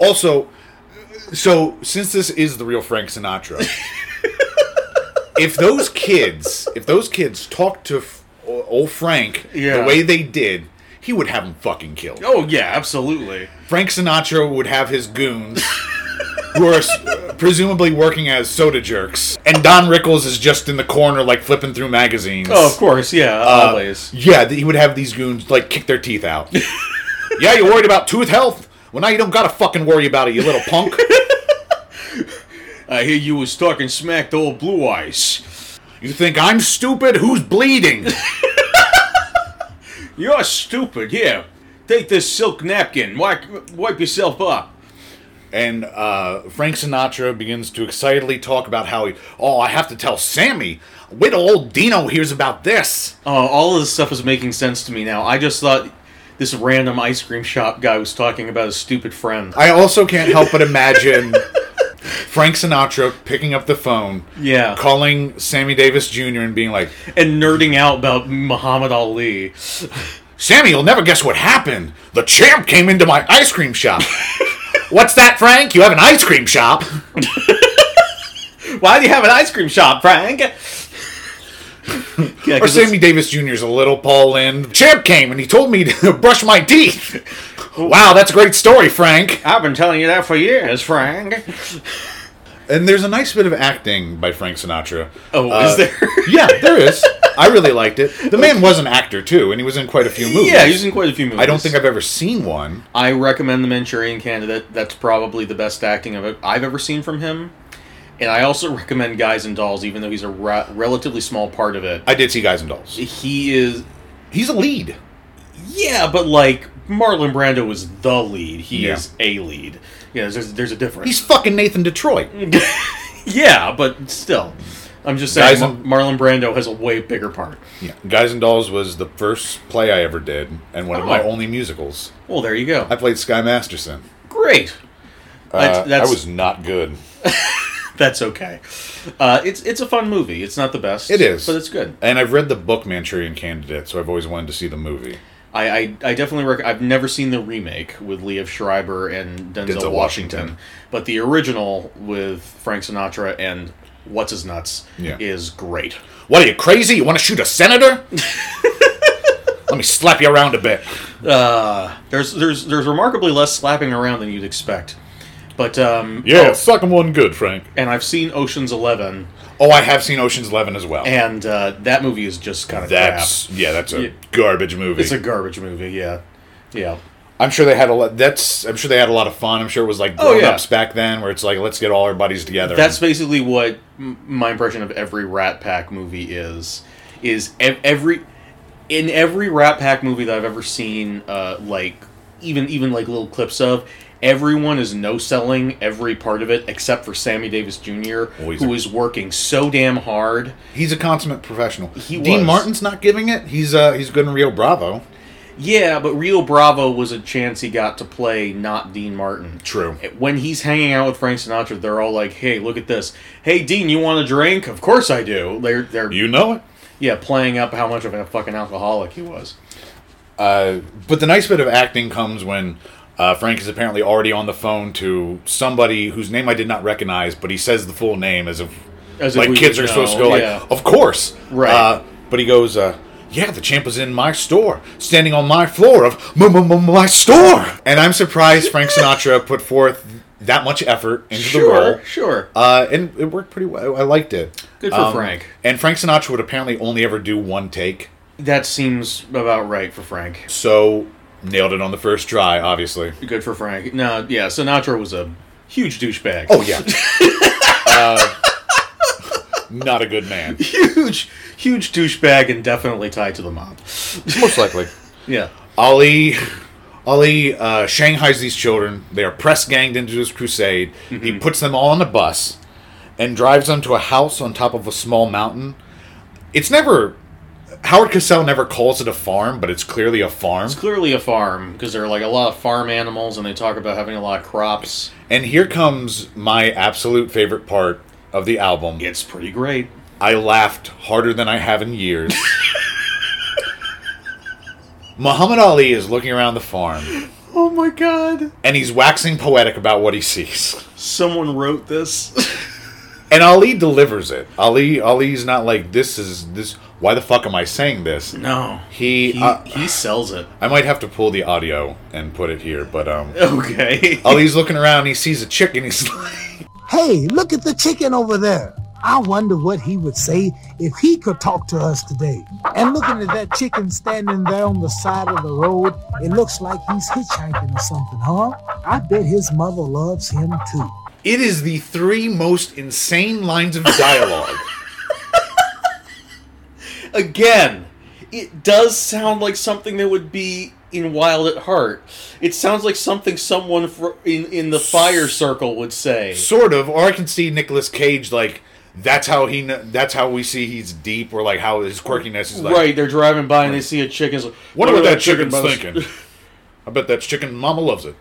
S1: also, so since this is the real Frank Sinatra, if those kids, if those kids talked to f- o- old Frank
S2: Yeah.
S1: the way they did, he would have them fucking killed.
S2: oh yeah, absolutely.
S1: Frank Sinatra would have his goons, who are s- presumably working as soda jerks, and Don Rickles is just in the corner, like flipping through magazines.
S2: Oh, of course, yeah, always.
S1: Yeah, that he would have these goons like kick their teeth out. yeah, you're worried about tooth health? Well, now you don't gotta fucking worry about it, you little punk.
S2: I hear you was talking smack to old Blue Eyes.
S1: You think I'm stupid? Who's bleeding?
S2: You're stupid. Here, take this silk napkin. Wipe, wipe yourself up.
S1: and uh, Frank Sinatra begins to excitedly talk about how he, oh, I have to tell Sammy. Wait till old Dino hears about this.
S2: Oh, all of this stuff is making sense to me now. I just thought this random ice cream shop guy was talking about his stupid friend.
S1: I also can't help but imagine Frank Sinatra picking up the phone,
S2: Yeah,
S1: calling Sammy Davis Jr., and being like,
S2: and nerding out about Muhammad Ali.
S1: Sammy, you'll never guess what happened. The champ came into my ice cream shop. What's that, Frank? You have an ice cream shop?
S2: Why do you have an ice cream shop, Frank? yeah,
S1: Or
S2: 'cause it's-
S1: Sammy Davis Jr. is a little Paul Lynn. Champ came and he told me to brush my teeth. Wow, that's a great story, Frank.
S2: I've been telling you that for years, Frank.
S1: And there's a nice bit of acting by Frank Sinatra.
S2: Oh,
S1: Uh,
S2: is there?
S1: yeah, there is. I really liked it. The man was an actor too, and he was in quite a few movies.
S2: yeah, he's in quite a few movies.
S1: I don't think I've ever seen one.
S2: I recommend The Manchurian Candidate. That's probably the best acting of it I've ever seen from him. And I also recommend Guys and Dolls, even though he's a ra- relatively small part of it.
S1: I did see Guys and Dolls.
S2: He is,
S1: He's a lead.
S2: yeah, but like Marlon Brando was the lead. He
S1: Yeah.
S2: is a lead. Yeah, there's, there's a difference.
S1: He's fucking Nathan Detroit.
S2: yeah, but still, I'm just
S1: Guys
S2: saying
S1: and-
S2: Mar- Marlon Brando has a way bigger part.
S1: Yeah. Guys and Dolls was the first play I ever did, and one of my
S2: Oh.
S1: only musicals.
S2: Well, there you go.
S1: I played Sky Masterson.
S2: Great.
S1: Uh,
S2: That's- that's
S1: I was not good.
S2: that's okay. Uh, it's it's a fun movie. It's not the best.
S1: It is.
S2: but it's good.
S1: And I've read the book Manchurian Candidate, so I've always wanted to see the movie.
S2: I, I, I definitely rec- I've never seen the remake with Liev Schreiber and Denzel,
S1: Denzel
S2: Washington,
S1: Washington.
S2: but the original with Frank Sinatra and what's his nuts
S1: Yeah.
S2: is great.
S1: What are you crazy? You want to shoot a senator? Let me slap you around a bit.
S2: Uh, There's there's there's remarkably less slapping around than you'd expect, but um
S1: Yeah, suck him one good, Frank.
S2: and I've seen Ocean's Eleven
S1: Oh, I have seen Ocean's Eleven as well.
S2: and uh, that movie is just kind of crap.
S1: that's yeah, that's a
S2: Yeah.
S1: garbage movie.
S2: It's a garbage movie. Yeah, yeah.
S1: I'm sure they had a lot. That's I'm sure they had a lot of fun. I'm sure it was like
S2: Oh,
S1: grown
S2: yeah.
S1: ups back then, where it's like let's get all our buddies together.
S2: That's basically what m- my impression of every Rat Pack movie is. Is ev- every in every Rat Pack movie that I've ever seen, uh, like even even like little clips of, everyone is no selling every part of it except for Sammy Davis Jr.,
S1: Always.
S2: who is working so damn hard.
S1: he's a consummate professional.
S2: He
S1: Dean
S2: was.
S1: Martin's not giving it. He's uh he's good in Rio Bravo.
S2: Yeah, but Rio Bravo was a chance he got to play not Dean Martin.
S1: True.
S2: When he's hanging out with Frank Sinatra, they're all like, "Hey, look at this! Hey, Dean, you want a drink? Of course I do." They're they're
S1: You know it.
S2: yeah playing up how much of a fucking alcoholic he was.
S1: Uh, but the nice bit of acting comes when uh, Frank is apparently already on the phone to somebody whose name I did not recognize, but he says the full name as if
S2: As if
S1: like
S2: we
S1: kids
S2: would
S1: are supposed to
S2: know,
S1: go
S2: yeah.
S1: like, "Oh, of course,
S2: Right.
S1: Uh, but he goes, uh, yeah, the champ was in my store, standing on my floor of m- m- m- my store, and I'm surprised Frank Sinatra put forth that much effort into the role.
S2: sure.
S1: Uh, and it worked pretty well. I liked it. Um,
S2: Good for Frank.
S1: And Frank Sinatra would apparently only ever do one take,
S2: That seems about right for Frank.
S1: so nailed it on the first try, obviously.
S2: Good for Frank. No, yeah, Sinatra was a huge douchebag.
S1: Oh yeah. uh, not a good man.
S2: huge, huge douchebag, and definitely tied to the mob.
S1: Most likely.
S2: Yeah.
S1: Ali Ali uh, Shanghai's these children. They are press ganged into his crusade.
S2: Mm-hmm.
S1: He puts them all on a bus and drives them to a house on top of a small mountain. It's never Howard Cosell never calls it a farm, but it's clearly a farm.
S2: It's clearly a farm because there are like a lot of farm animals, and they talk about having a lot of crops.
S1: And here comes my absolute favorite part of the album.
S2: It's pretty great.
S1: I laughed harder than I have in years. Muhammad Ali is looking around the farm
S2: Oh my god!
S1: and he's waxing poetic about what he sees.
S2: Someone wrote this.
S1: And Ali delivers it. Ali Ali's not like this is this why the fuck am I saying this?
S2: no,
S1: He,
S2: he,
S1: uh,
S2: he sells it.
S1: I might have to pull the audio and put it here, but um
S2: Okay.
S1: Ali's looking around, he sees a chick and he's like
S6: Hey, look at the chicken over there. I wonder what he would say if he could talk to us today. And looking at that chicken standing there on the side of the road, it looks like he's hitchhiking or something, huh? I bet his mother loves him too.
S1: It is the three most insane lines of dialogue.
S2: Again, it does sound like something that would be in Wild at Heart. It sounds like something someone fr- in in the fire circle would say.
S1: sort of or i can see Nicolas cage like that's how he kn- that's how we see he's deep or like how his quirkiness is like
S2: right, they're driving by and they see a chicken. it's like,
S1: what
S2: "Look
S1: about
S2: at
S1: that chicken's
S2: by the s-
S1: thinking i bet that chicken mama loves it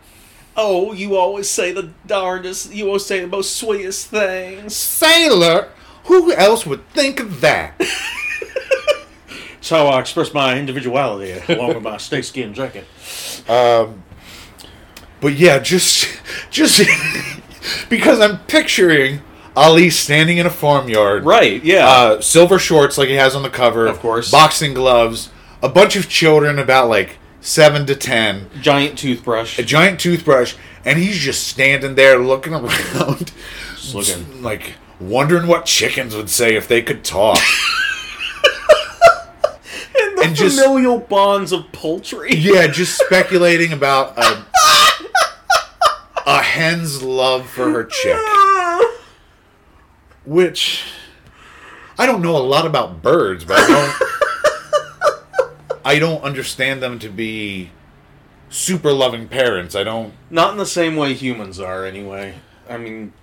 S2: Oh, you always say the darndest. You always say the most sweetest things.
S1: sailor who else would think of that
S2: So I express my individuality along with my snake skin jacket.
S1: but yeah just just because i'm picturing ali standing in a farmyard
S2: Right. Yeah.
S1: uh, silver shorts like he has on the cover
S2: Of course.
S1: boxing gloves a bunch of children about like seven to ten
S2: Giant toothbrush.
S1: a giant toothbrush, and he's just standing there looking around,
S2: looking.
S1: like wondering what chickens would say if they could talk.
S2: And the
S1: and just-
S2: familial bonds of poultry.
S1: yeah, just speculating about a, a hen's love for her chick, which I don't know a lot about birds, but I don't, I don't understand them to be super loving parents. I don't.
S2: Not in the same way humans are, anyway. I mean,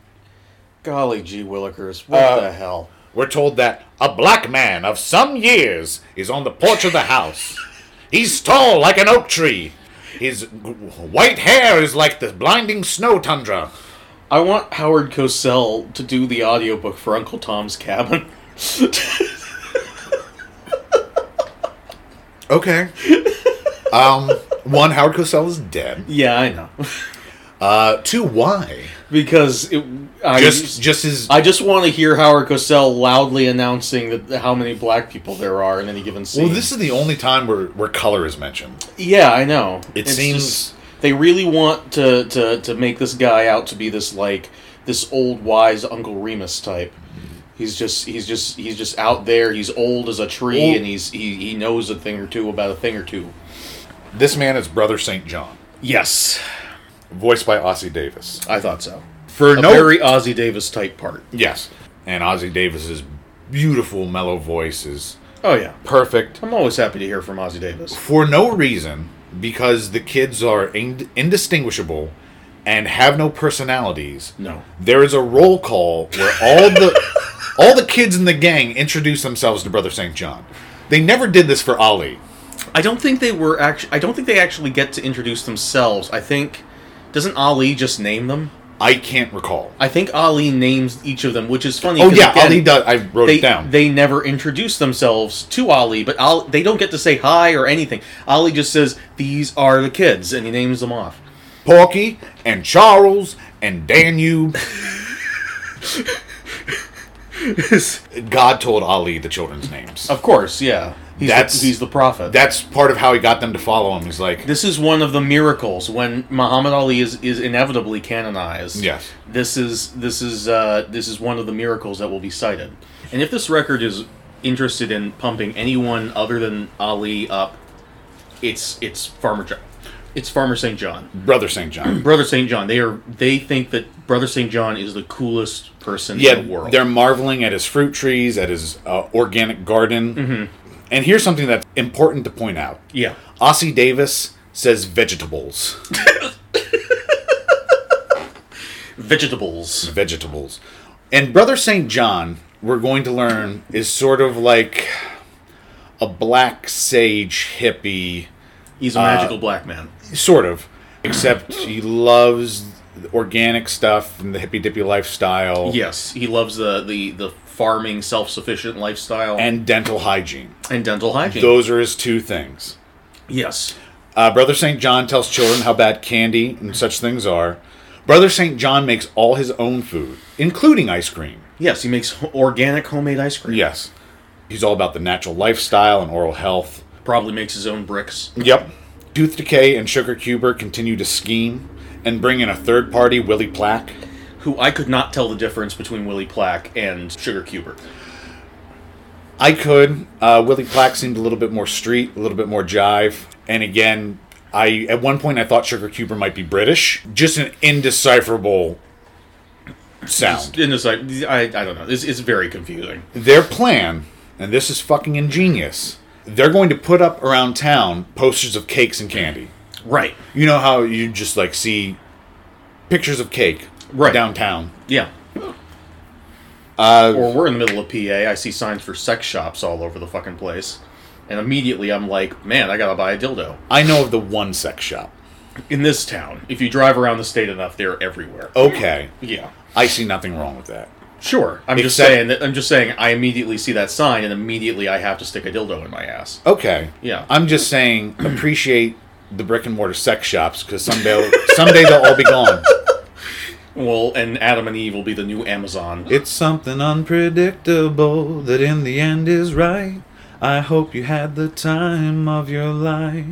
S2: golly gee willikers, what
S1: Uh,
S2: the hell?
S1: We're told that a black man of some years is on the porch of the house. He's tall like an oak tree. His g- white hair is like the blinding snow tundra.
S2: I want Howard Cosell to do the audiobook for Uncle Tom's Cabin.
S1: Okay. um, one, Howard Cosell is dead.
S2: yeah, I know.
S1: Uh, two, why?
S2: because it, I
S1: Just, just his.
S2: I just want to hear Howard Cosell loudly announcing that how many black people there are in any given scene.
S1: Well, this is the only time where, where color is mentioned.
S2: yeah, I know.
S1: It
S2: It's
S1: seems-
S2: just- they really want to, to to make this guy out to be this like this old wise Uncle Remus type. He's just he's just he's just out there. He's old as a tree,
S1: Well-
S2: and he's he, he knows a thing or two about a thing or two.
S1: This man is Brother St. John.
S2: Yes,
S1: voiced by Ossie Davis.
S2: I thought so.
S1: For
S2: A
S1: no
S2: very Ozzy Davis type part.
S1: yes, and Ossie Davis's beautiful mellow voice is
S2: Oh yeah,
S1: perfect
S2: I'm always happy to hear from Ozzy Davis.
S1: for no reason because the kids are ind- indistinguishable and have no personalities.
S2: No.
S1: There is a roll call where all the all the kids in the gang introduce themselves to Brother St. John. They never did this for Ollie.
S2: I don't think they were actually. I don't think they actually get to introduce themselves. I think doesn't Ali just name them?
S1: I can't recall.
S2: I think Ali names each of them, which is funny.
S1: Oh
S2: 'cause
S1: yeah,
S2: again,
S1: Ali does. I wrote
S2: They,
S1: it down.
S2: they never introduce themselves to Ali, but Ali, they don't get to say hi or anything. Ali just says, "These are the kids," and he names them off.
S1: Porky and Charles and Danube. God told Ali the children's names.
S2: Of course, yeah. He's
S1: That's-
S2: the, he's the prophet.
S1: That's part of how he got them to follow him. He's like,
S2: this is one of the miracles when Muhammad Ali is, is inevitably canonized.
S1: Yes.
S2: This is this is uh, this is one of the miracles that will be cited. And if this record is interested in pumping anyone other than Ali up, it's it's Farmer John. It's Farmer St. John.
S1: Brother St. John.
S2: Brother St. John. They are they think that Brother St. John is the coolest person
S1: yeah,
S2: in the world.
S1: they're marveling at his fruit trees, at his uh, organic garden. And here's something that's important to point out.
S2: yeah.
S1: Ossie Davis says vegetables.
S2: Vegetables.
S1: vegetables. And Brother St. John, we're going to learn, is sort of like a black sage hippie, Uh,
S2: He's a magical black man.
S1: sort of, except he loves organic stuff and the hippy dippy lifestyle
S2: Yes, he loves the the, the farming, self sufficient lifestyle
S1: and dental hygiene.
S2: and dental hygiene.
S1: Those are his two things.
S2: yes,
S1: Uh, Brother St. John tells children how bad candy and such things are. Brother St. John makes all his own food, including ice cream.
S2: yes, he makes ho- organic homemade ice cream.
S1: Yes. He's all about the natural lifestyle and oral health.
S2: probably makes his own bricks.
S1: Yep. Tooth Decay and Sugar Cuber continue to scheme and bring in a third party, Willie Plack.
S2: Who I could not tell the difference between Willie Plack and Sugar Cuber.
S1: I could. Uh, Willie Plack seemed a little bit more street, a little bit more jive. And again, I at one point I thought Sugar Cuber might be British. Just an indecipherable sound.
S2: In this, I, I, I don't know. It's, it's very confusing.
S1: Their plan, and this is fucking ingenious, they're going to put up around town posters of cakes and candy.
S2: Right.
S1: You know how you just like see pictures of cake
S2: Right.
S1: downtown.
S2: Yeah.
S1: Uh,
S2: or we're in the middle of PA. I see signs for sex shops all over the fucking place, and immediately I'm like, man, I gotta buy a dildo.
S1: I know of the one sex shop.
S2: In this town, if you drive around the state enough, they're everywhere.
S1: Okay.
S2: Yeah.
S1: I see nothing wrong with that.
S2: Sure. I'm just
S1: Except-
S2: saying that I'm just saying I immediately see that sign and immediately I have to stick a dildo in my ass.
S1: Okay.
S2: Yeah.
S1: I'm just saying appreciate the brick and mortar sex shops because someday someday they'll all be gone.
S2: Well, and Adam and Eve will be the new Amazon.
S1: It's something unpredictable that in the end is right. I hope you had the time of your life.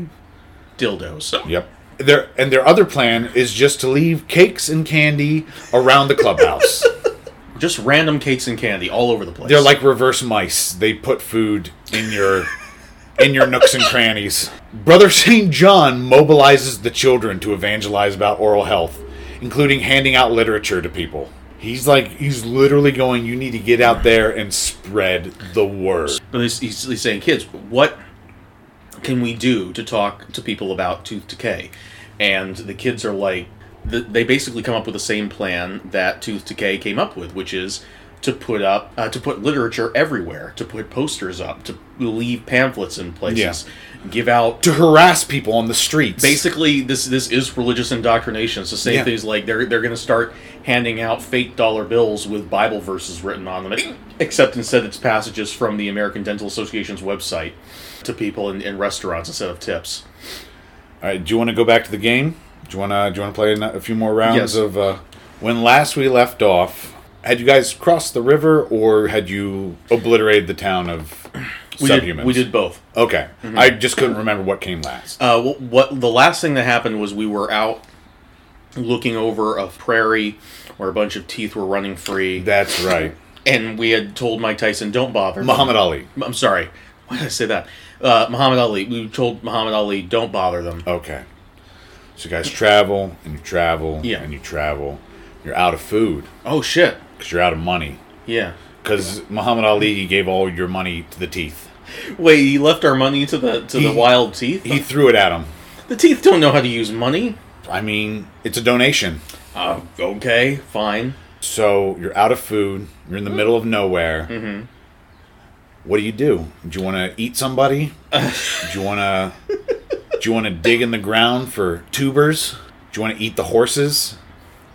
S2: dildos.
S1: Yep. Their and their other plan is just to leave cakes and candy around the clubhouse.
S2: Just random cakes and candy all over the place.
S1: They're like reverse mice. They put food in your in your nooks and crannies. Brother St. John mobilizes the children to evangelize about oral health, including handing out literature to people. He's like he's literally going, you need to get out there and spread the word.
S2: But he's, he's, he's saying, kids, what can we do to talk to people about tooth decay? And the kids are like, th- they basically come up with the same plan that tooth decay came up with, which is to put up, uh, to put literature everywhere, to put posters up, to leave pamphlets in places, give out
S1: To harass people on the streets.
S2: basically this this is religious indoctrination. It's the same
S1: Yeah.
S2: thing as like they're they're going to start handing out fake dollar bills with Bible verses written on them, except instead it's passages from the American Dental Association's website to people in, in restaurants instead of tips.
S1: All right, do you want to go back to the game? Do you want to do you want to play a few more rounds
S2: Yes.
S1: of uh, when last we left off? Had you guys crossed the river, or had you obliterated the town of
S2: We
S1: subhumans?
S2: did we did both.
S1: Okay, I just couldn't remember what came last.
S2: Uh, wh- what the last thing that happened was we were out looking over a prairie where a bunch of teeth were running free,
S1: That's right,
S2: and we had told Mike Tyson, "Don't bother."
S1: Muhammad Ali.
S2: I'm sorry. Why did I say that? Uh, Muhammad Ali. We told Muhammad Ali, don't bother them.
S1: Okay, So you guys travel and you travel
S2: Yeah.
S1: and you travel. You're out of food
S2: Oh shit.
S1: because you're out of money.
S2: Yeah.
S1: Because Muhammad Ali gave all your money to the teeth.
S2: Wait, he left our money to the to the
S1: He-
S2: wild teeth.
S1: He threw it at him.
S2: the teeth don't know how to use money.
S1: I mean, it's a donation.
S2: Uh, okay, fine.
S1: So you're out of food. You're in the middle of nowhere. Mm-hmm. What do you do? Do you want to eat somebody? do you want to? Do you want to dig in the ground for tubers? Do you want to eat the horses?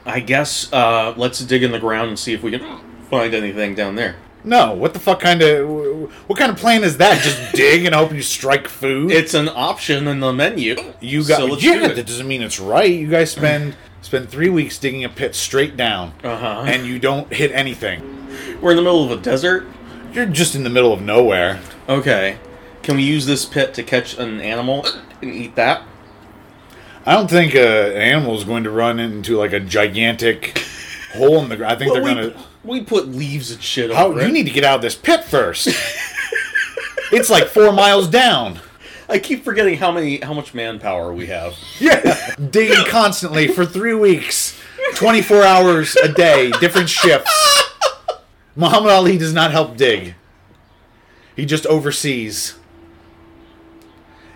S2: I guess uh, let's dig in the ground and see if we can find anything down there.
S1: No. What the fuck kind of? What kind of plan is that? Just dig and hope you strike food.
S2: It's an option in the menu.
S1: you got.
S2: So let's do
S1: yeah,
S2: it.
S1: that doesn't mean it's right. You guys spend spend three weeks digging a pit straight down,
S2: Uh-huh.
S1: and you don't hit anything.
S2: We're in the middle of a desert.
S1: You're just in the middle of nowhere.
S2: Okay. Can we use this pit to catch an animal and eat that?
S1: I don't think uh, an animal is going to run into like a gigantic hole in the ground. I think
S2: Well,
S1: they're
S2: we,
S1: gonna.
S2: we put leaves and shit
S1: How
S2: over
S1: you
S2: it.
S1: need to get out of this pit first? it's like four miles down.
S2: I keep forgetting how many how much manpower we have.
S1: Yeah, digging constantly for three weeks, twenty-four hours a day, different shifts. Muhammad Ali does not help dig. He just oversees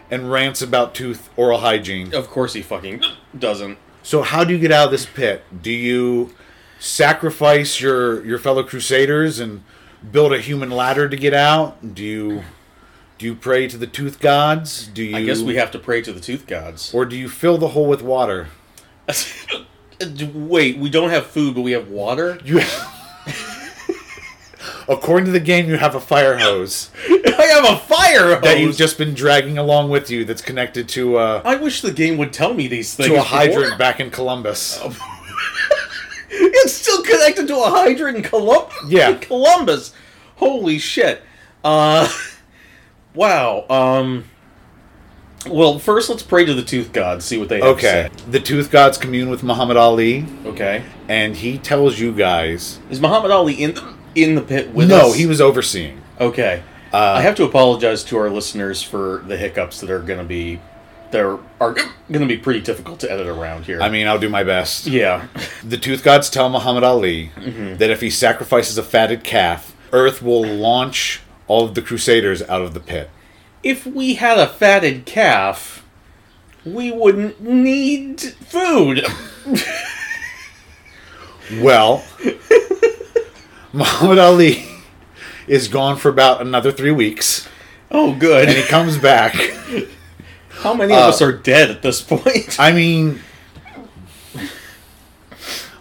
S1: and rants about tooth oral hygiene.
S2: Of course he fucking doesn't.
S1: So how do you get out of this pit? Do you sacrifice your your fellow crusaders and build a human ladder to get out? Do you do you pray to the tooth gods? Do you
S2: I guess we have to pray to the tooth gods.
S1: or do you fill the hole with water?
S2: Wait, we don't have food, but we have water.
S1: You According to the game, you have a fire hose
S2: I have a fire hose.
S1: that you've just been dragging along with you that's connected to uh,
S2: I wish the game would tell me these things.
S1: to a
S2: before.
S1: hydrant back in Columbus.
S2: Oh, It's still connected to a hydrant in Columbus.
S1: Yeah.
S2: Columbus. Holy shit. Uh, wow. Um. Well, first let's pray to the tooth gods. See what they have to
S1: Okay, the tooth gods commune with Muhammad Ali,
S2: say. Okay.
S1: and he tells you guys.
S2: Is Muhammad Ali in the, in the pit with us?
S1: no, he was overseeing.
S2: Okay. I have to apologize to our listeners for the hiccups that are going to be there are going to be pretty difficult to edit around here.
S1: I mean, I'll do my best.
S2: yeah.
S1: The tooth gods tell Muhammad Ali that if he sacrifices a fatted calf, Earth will launch all of the crusaders out of the pit.
S2: if we had a fatted calf, we wouldn't need food.
S1: Well, Muhammad Ali is gone for about another three weeks,
S2: Oh, good.
S1: and he comes back.
S2: How many of us are dead at this point?
S1: I mean,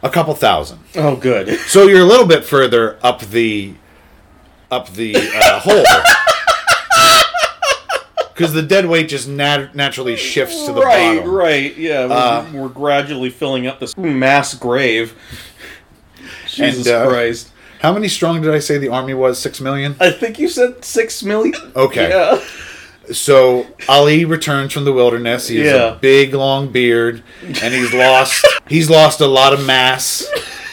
S1: a couple thousand.
S2: Oh, good.
S1: So you're a little bit further up the up the uh, hole. Because the dead weight just nat- naturally shifts to the
S2: right,
S1: bottom.
S2: right. Yeah, we're, we're gradually filling up this mass grave. Jesus
S1: uh,
S2: Christ.
S1: How many strong did I say the army was? Six million?
S2: I think you said six million.
S1: Okay.
S2: Yeah.
S1: So Ali returns from the wilderness. He has
S2: Yeah.
S1: a big long beard and he's lost he's lost a lot of mass.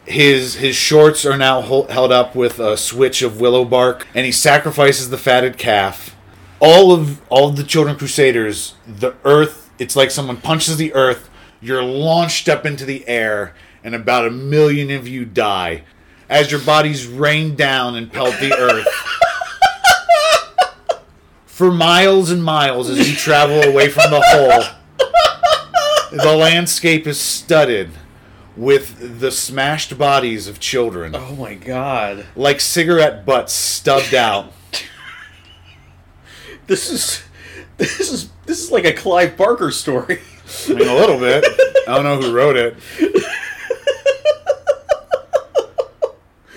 S1: His his shorts are now hol- held up with a switch of willow bark and he sacrifices the fatted calf. All of all of the children crusaders, the earth, it's like someone punches the earth, you're launched up into the air and about a million of you die as your bodies rain down and pelt the earth for miles and miles as you travel away from the hole. The landscape is studded with the smashed bodies of children,
S2: Oh my God.
S1: like cigarette butts stubbed out.
S2: This is this is this is like a Clive Barker story.
S1: I mean, a little bit. I don't know who wrote it.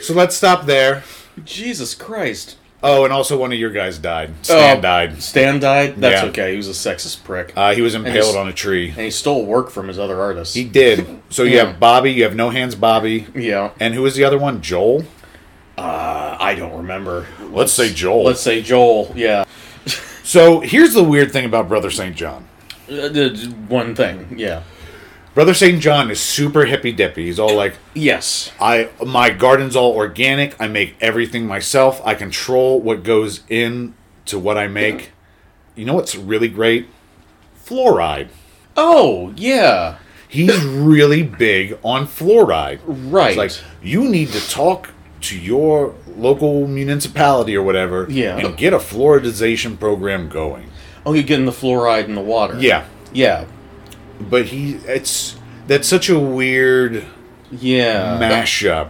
S1: So let's stop there.
S2: Jesus Christ.
S1: Oh, and also one of your guys died. Stan
S2: Oh,
S1: died.
S2: Stan died. That's
S1: Yeah.
S2: okay. He was a sexist prick.
S1: Uh, he was impaled
S2: he's-
S1: on a tree.
S2: and he stole work from his other artists.
S1: He did. So you
S2: Yeah.
S1: have Bobby. You have No Hands Bobby.
S2: yeah,
S1: And who was the other one? Joel.
S2: I don't remember.
S1: Let's say Joel.
S2: Let's say Joel. Yeah,
S1: So here's the weird thing about Brother St. John.
S2: Uh, the- one thing. Yeah.
S1: Brother St. John is super hippy dippy. He's all like,
S2: Yes.
S1: I my garden's all organic. I make everything myself. I control what goes in to what I make. You know what's really great? Fluoride.
S2: Oh, yeah.
S1: He's really big on fluoride.
S2: Right.
S1: It's like you need to talk to your local municipality or whatever
S2: Yeah.
S1: and get a fluoridization program going.
S2: oh, you're getting the fluoride in the water.
S1: Yeah.
S2: Yeah.
S1: But he it's that's such a weird
S2: Yeah.
S1: mashup.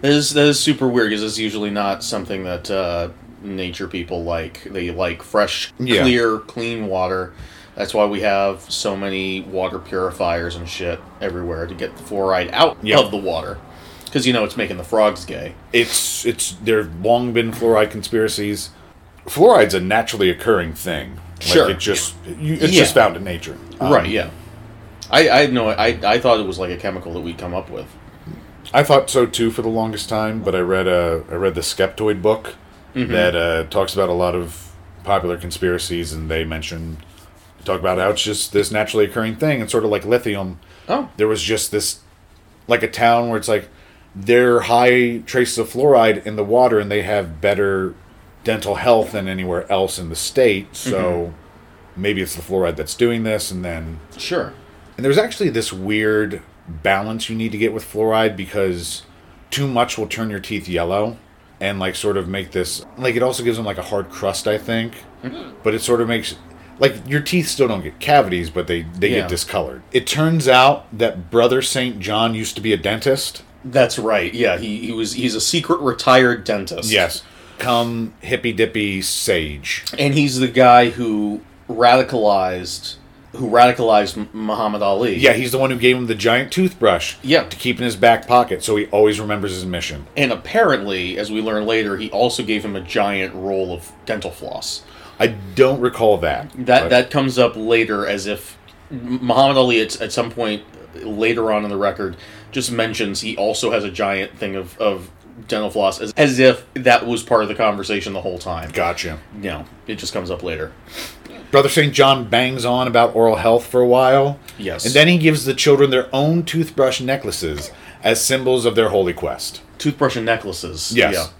S2: That is that is super weird because it's usually not something that uh, nature people like. They like fresh,
S1: Yeah.
S2: clear, clean water. That's why we have so many water purifiers and shit everywhere to get the fluoride out
S1: Yeah.
S2: of the water. Because you know it's making the frogs gay.
S1: It's it's there've long been fluoride conspiracies. Fluoride's a naturally occurring thing.
S2: Sure.
S1: Like it just you, it's
S2: Yeah.
S1: just found in nature. Um,
S2: right? Yeah. I I had no I I thought it was like a chemical that we come up with.
S1: I thought so too for the longest time, but I read uh, I read the Skeptoid book that uh, talks about a lot of popular conspiracies, and they mention talk about how it's just this naturally occurring thing, and sort of like lithium.
S2: Oh.
S1: There was just this like a town where it's like there are high traces of fluoride in the water, and they have better dental health than anywhere else in the state. So maybe it's the fluoride that's doing this, and then
S2: Sure.
S1: and there's actually this weird balance you need to get with fluoride because too much will turn your teeth yellow and like sort of make this like it also gives them like a hard crust I think,
S2: Mm-hmm.
S1: but it sort of makes like your teeth still don't get cavities but they they
S2: Yeah.
S1: get discolored. It turns out that brother St. John used to be a dentist.
S2: That's right. Yeah. He he was he's a secret retired dentist.
S1: Yes. Come hippy dippy sage.
S2: and he's the guy who radicalized who radicalized Muhammad Ali.
S1: Yeah, he's the one who gave him the giant toothbrush
S2: Yeah.
S1: to keep in his back pocket so he always remembers his mission.
S2: and apparently, as we learn later, he also gave him a giant roll of dental floss.
S1: I don't recall that.
S2: That
S1: but-
S2: that comes up later as if Muhammad Ali at, at some point later on in the record just mentions he also has a giant thing of, of dental floss as, as if that was part of the conversation the whole time.
S1: gotcha.
S2: No, it just comes up later.
S1: Brother St. John bangs on about oral health for a while.
S2: Yes.
S1: And then he gives the children their own toothbrush necklaces as symbols of their holy quest.
S2: toothbrush and necklaces.
S1: Yes.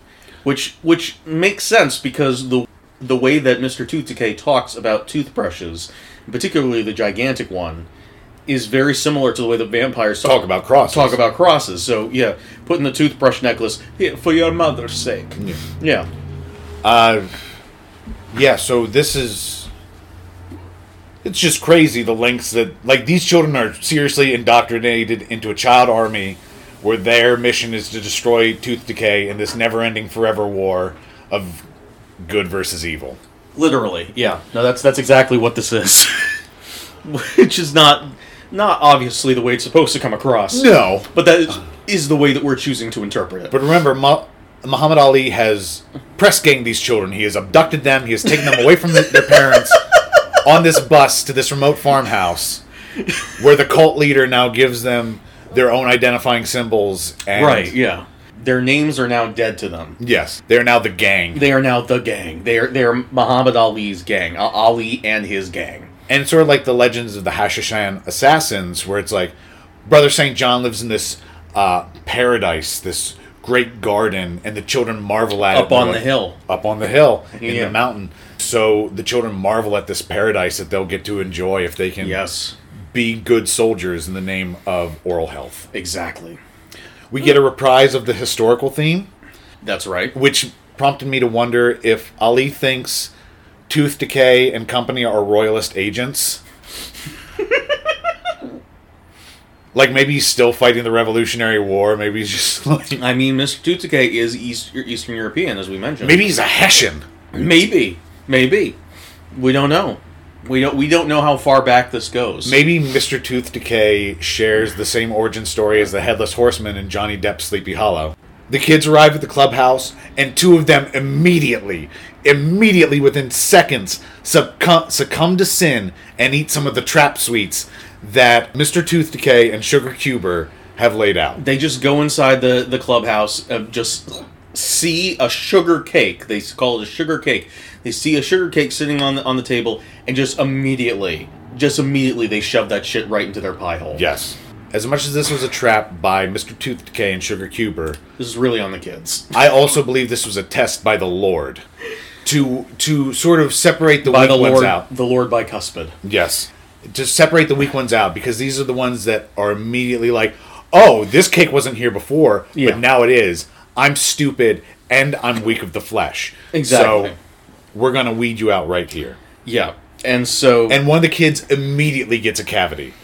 S2: Which which makes sense because the the way that Mr. Tooth Decay talks about toothbrushes, particularly the gigantic one, is very similar to the way the vampires
S1: Talk about crosses.
S2: talk about crosses. So yeah, putting the toothbrush necklace here for your mother's sake. Yeah.
S1: Yeah, so this is. It's just crazy the lengths that. Like, these children are seriously indoctrinated into a child army where their mission is to destroy tooth decay in this never ending forever war of good versus evil.
S2: Literally. Yeah. No, that's that's exactly what this is. Which is not not obviously the way it's supposed to come across.
S1: No.
S2: But that is, is the way that we're choosing to interpret it.
S1: But remember, Mu- Muhammad Ali has press ganged these children. He has abducted them. He has taken them away from their parents on this bus to this remote farmhouse, where the cult leader now gives them their own identifying symbols. And
S2: Right, yeah. Their names are now dead to them.
S1: Yes, they are now the gang,
S2: They are now the gang. They are they are Muhammad Ali's gang. A- Ali and his gang.
S1: and it's sort of like the legends of the Hashishan assassins, where it's like Brother Saint John lives in this uh, paradise, this great garden, and the children marvel at it.
S2: Up
S1: They're
S2: on the
S1: like-
S2: hill.
S1: up on the hill in
S2: Yeah.
S1: the mountain. So the children marvel at this paradise that they'll get to enjoy if they can
S2: Yes.
S1: be good soldiers in the name of oral health.
S2: Exactly.
S1: We get a reprise of the historical theme,
S2: That's right.
S1: which prompted me to wonder if Ali thinks Tooth Decay and company are royalist agents. like maybe he's still fighting the Revolutionary War. Maybe he's just like
S2: I mean, Mr. Tutsuke is East, Eastern European, as we mentioned.
S1: maybe he's a Hessian.
S2: Maybe. Maybe. We don't know. We don't. We don't know how far back this goes.
S1: Maybe Mr. Tooth Decay shares the same origin story as the Headless Horseman in Johnny Depp's Sleepy Hollow. The kids arrive at the clubhouse, and two of them immediately, immediately within seconds, succumb, succumb to sin and eat some of the trap sweets that Mr. Tooth Decay and Sugar Cuber have laid out.
S2: They just go inside the the clubhouse and just see a sugar cake. They call it a sugar cake. They see a sugar cake sitting on the on the table and just immediately, just immediately, they shove that shit right into their pie hole.
S1: Yes. As much as this was a trap by Mr. Tooth Decay and Sugar Cuber,
S2: this is really on the kids.
S1: I also believe this was a test by the Lord to to sort of separate the
S2: By
S1: weak
S2: the
S1: ones
S2: Lord,
S1: out.
S2: the Lord by cuspid.
S1: Yes. to separate the weak ones out because these are the ones that are immediately like, oh, this cake wasn't here before,
S2: Yeah.
S1: but now it is. I'm stupid and I'm weak of the flesh.
S2: Exactly.
S1: So we're gonna weed you out right here.
S2: Yeah. And so
S1: And one of the kids immediately gets a cavity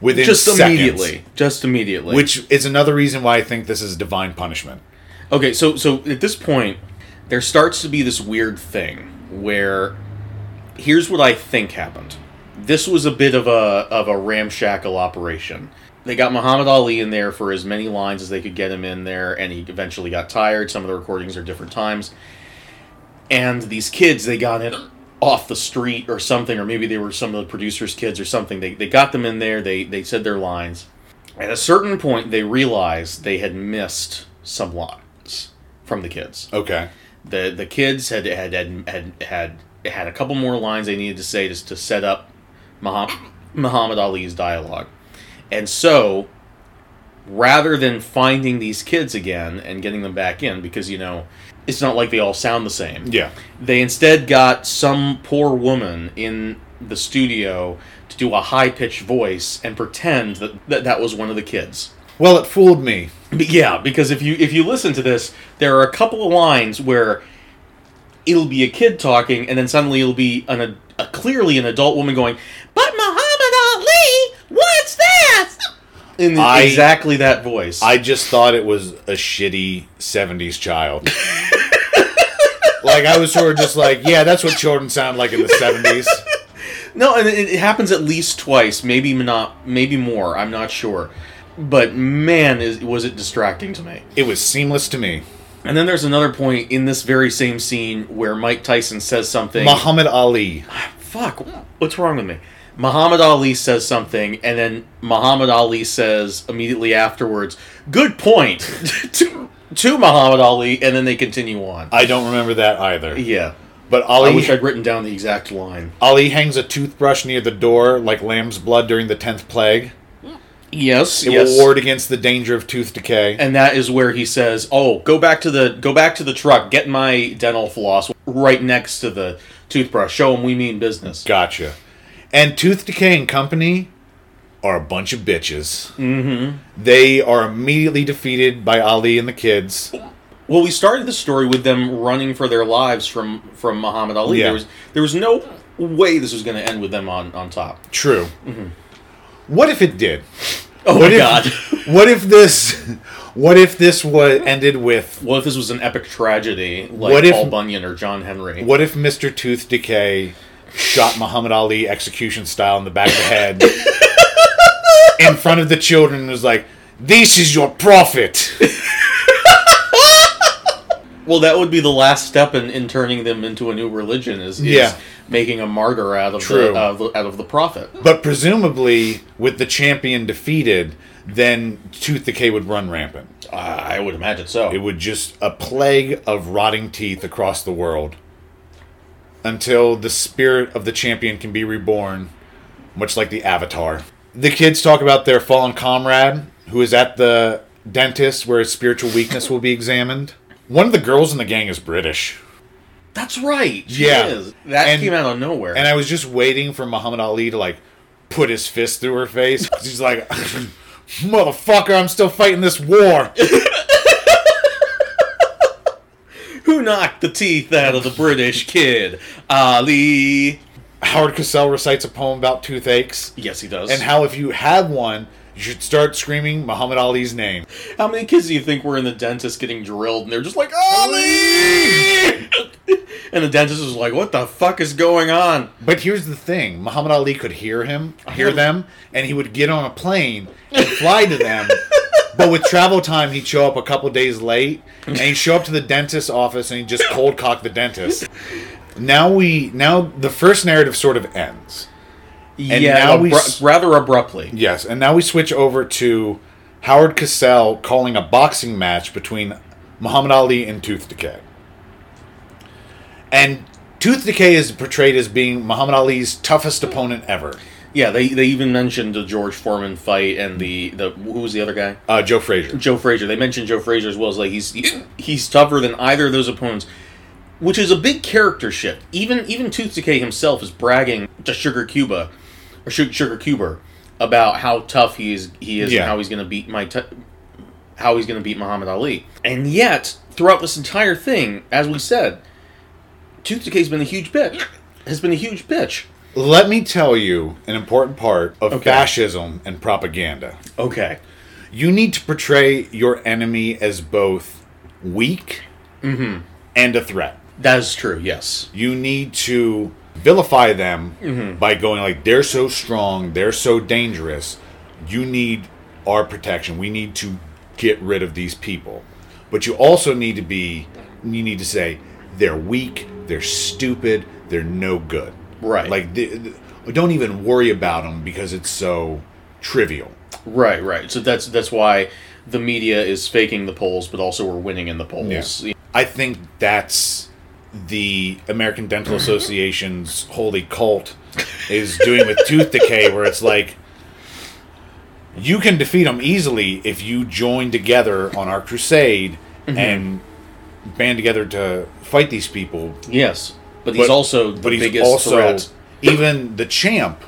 S1: within
S2: just
S1: seconds,
S2: immediately, just immediately.
S1: which is another reason why I think this is divine punishment.
S2: okay, so so at this point, there starts to be this weird thing where here's what I think happened. This was a bit of a of a ramshackle operation. They got Muhammad Ali in there for as many lines as they could get him in there, and he eventually got tired. Some of the recordings are different times. And these kids, they got in off the street or something, or maybe they were some of the producers' kids or something. They, they got them in there, they, they said their lines. At a certain point, they realized they had missed some lines from the kids
S1: Okay.
S2: the the kids had had had had had, had a couple more lines they needed to say just to set up Muhammad, Muhammad Ali's dialogue, and so rather than finding these kids again and getting them back in because you know it's not like they all sound the same
S1: Yeah.
S2: they instead got some poor woman in the studio to do a high-pitched voice and pretend that that, that was one of the kids
S1: Well, it fooled me.
S2: but yeah, because if you if you listen to this, there are a couple of lines where it'll be a kid talking, and then suddenly it'll be an ad- a clearly an adult woman going, "But Muhammad Ali, what's that?" In
S1: I-
S2: exactly that voice.
S1: I just thought it was a shitty 70s child. like, I was sort of just like, yeah, that's what children sound like in the 70s.
S2: no, and it, it happens at least twice, maybe not, maybe more. I'm not sure, but man, is was it distracting to me.
S1: It was seamless to me.
S2: And then there's another point in this very same scene where Mike Tyson says something.
S1: Muhammad Ali.
S2: fuck what's wrong with me muhammad ali says something and then muhammad ali says immediately afterwards good point to, to muhammad ali and then they continue on
S1: I don't remember that either.
S2: yeah
S1: But
S2: i
S1: Ali,
S2: wish i'd written down the exact line
S1: Ali hangs a toothbrush near the door like lamb's blood during the 10th plague.
S2: yes
S1: It will ward against the danger of tooth decay.
S2: and that is where he says oh go back to the go back to the truck get my dental floss right next to the toothbrush show him we mean business
S1: Gotcha. And Tooth Decay and Company are a bunch of bitches. Mm-hmm. They are immediately defeated by Ali and the kids.
S2: Well, we started the story with them running for their lives from from Muhammad Ali.
S1: Yeah.
S2: There was there was no way this was going to end with them on on top.
S1: True. Mm-hmm. What if it did?
S2: Oh
S1: What
S2: my
S1: if,
S2: god!
S1: What if this? What if this was ended with?
S2: what if this was an epic tragedy like
S1: What if-
S2: Paul Bunyan or John Henry?
S1: What if Mister Tooth Decay shot Muhammad Ali execution style in the back of the head in front of the children and was like, "This is your prophet."
S2: Well, that would be the last step in, in turning them into a new religion. Is, is
S1: Yeah.
S2: making a martyr out of
S1: True.
S2: the out of the, out of the prophet.
S1: But presumably, with the champion defeated, then Tooth Decay would run rampant.
S2: I I would imagine so.
S1: It would just a plague of rotting teeth across the world until the spirit of the champion can be reborn, much like the Avatar. The kids talk about their fallen comrade who is at the dentist where his spiritual weakness will be examined. One of the girls in the gang is British.
S2: That's right. She
S1: Yeah.
S2: is. that
S1: And-
S2: came out of nowhere.
S1: And I was just waiting for Muhammad Ali to like put his fist through her face. She's like, motherfucker, I'm still fighting this war.
S2: Who knocked the teeth out of the British kid? Ali.
S1: Howard Cosell recites a poem about toothaches.
S2: Yes, he does.
S1: and how if you have one, you should start screaming Muhammad Ali's name.
S2: How many kids do you think were in the dentist getting drilled and they're just like, Ali! and the dentist was like, what the fuck is going on?
S1: But here's the thing: Muhammad Ali could hear him, hear them, and he would get on a plane and fly to them. But with travel time, he'd show up a couple days late, and he'd show up to the dentist's office and he'd just cold cock the dentist. Now we now the first narrative sort of ends.
S2: yeah,
S1: now we
S2: abru-
S1: s-
S2: rather abruptly.
S1: Yes, and now we switch over to Howard Cosell calling a boxing match between Muhammad Ali and Tooth Decay. And Tooth Decay is portrayed as being Muhammad Ali's toughest opponent ever,
S2: Yeah, they, they even mentioned the George Foreman fight and the, the who was the other guy?
S1: uh, Joe Frazier.
S2: Joe Frazier. They mentioned Joe Frazier as well as like he's he's tougher than either of those opponents, which is a big character shift. Even even Toots Decay himself is bragging to Sugar Cuba or Su- Sugar Cuber about how tough he is. He is
S1: Yeah.
S2: and how he's going to beat my how he's going to beat Muhammad Ali. And yet, throughout this entire thing, as we said, Tooth Decay's been a huge bitch. Has been a huge bitch.
S1: Let me tell you an important part of
S2: Okay.
S1: fascism and propaganda.
S2: Okay.
S1: You need to portray your enemy as both weak and a threat.
S2: That is true. Yes.
S1: You need to vilify them by going like they're so strong, they're so dangerous. You need our protection. We need to get rid of these people. But you also need to be you need to say they're weak, they're stupid, they're no good.
S2: Right.
S1: Like th th- don't even worry about them because it's so trivial.
S2: Right, right. So that's that's why the media is faking the polls, but also we're winning in the polls.
S1: I think that's the American Dental Association's holy cult is doing with tooth decay, where it's like you can defeat them easily if you join together on our crusade
S2: Mm-hmm.
S1: and band together to fight these people.
S2: Yes, but he's
S1: But-
S2: also the
S1: But he's
S2: biggest
S1: also
S2: threat.
S1: even the champ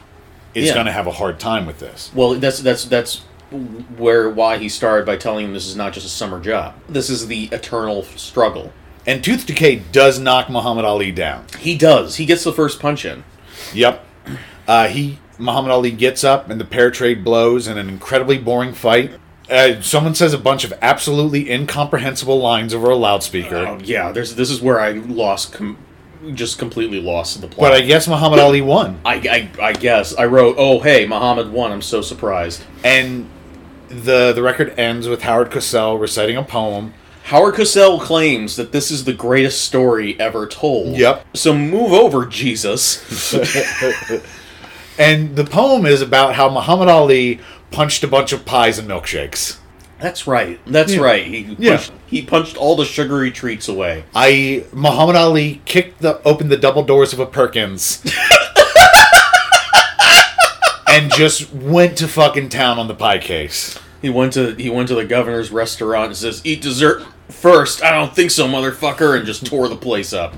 S1: is
S2: Yeah.
S1: going to have a hard time with this.
S2: Well, that's that's that's where why he started by telling him this is not just a summer job. This is the eternal struggle.
S1: And tooth decay does knock Muhammad Ali down.
S2: He does. He gets the first punch in.
S1: Yep. Uh, he Muhammad Ali gets up and the pair trade blows in an incredibly boring fight. Uh, someone says a bunch of absolutely incomprehensible lines over a loudspeaker.
S2: Oh, yeah, there's this is where I lost com- just completely lost the plot.
S1: but I guess Muhammad Ali won.
S2: I, I I guess I wrote, "Oh, hey, Muhammad won. I'm so surprised."
S1: And the the record ends with Howard Cosell reciting a poem.
S2: Howard Cosell claims that this is the greatest story ever told.
S1: Yep.
S2: So move over, Jesus.
S1: And the poem is about how Muhammad Ali punched a bunch of pies and milkshakes.
S2: That's right. That's right. He punched,
S1: Yeah.
S2: he punched all the sugary treats away.
S1: I Muhammad Ali kicked the opened the double doors of a Perkins and just went to fucking town on the pie case.
S2: He went to he went to the governor's restaurant and says, "Eat dessert first. I don't think so, motherfucker," and just tore the place up.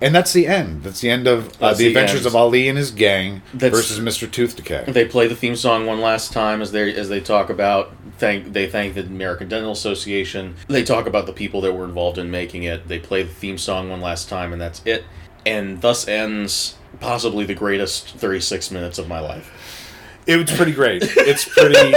S1: And that's the end. That's the end of uh,
S2: That's
S1: the
S2: the
S1: adventures
S2: end.
S1: of Ali and his gang
S2: That's-
S1: versus Mr. Tooth Decay.
S2: They play the theme song one last time as they as they talk about thank they thank the American Dental Association. They talk about the people that were involved in making it. They play the theme song one last time and that's it. And thus ends possibly the greatest 36 minutes of my life.
S1: It was pretty great. It's pretty.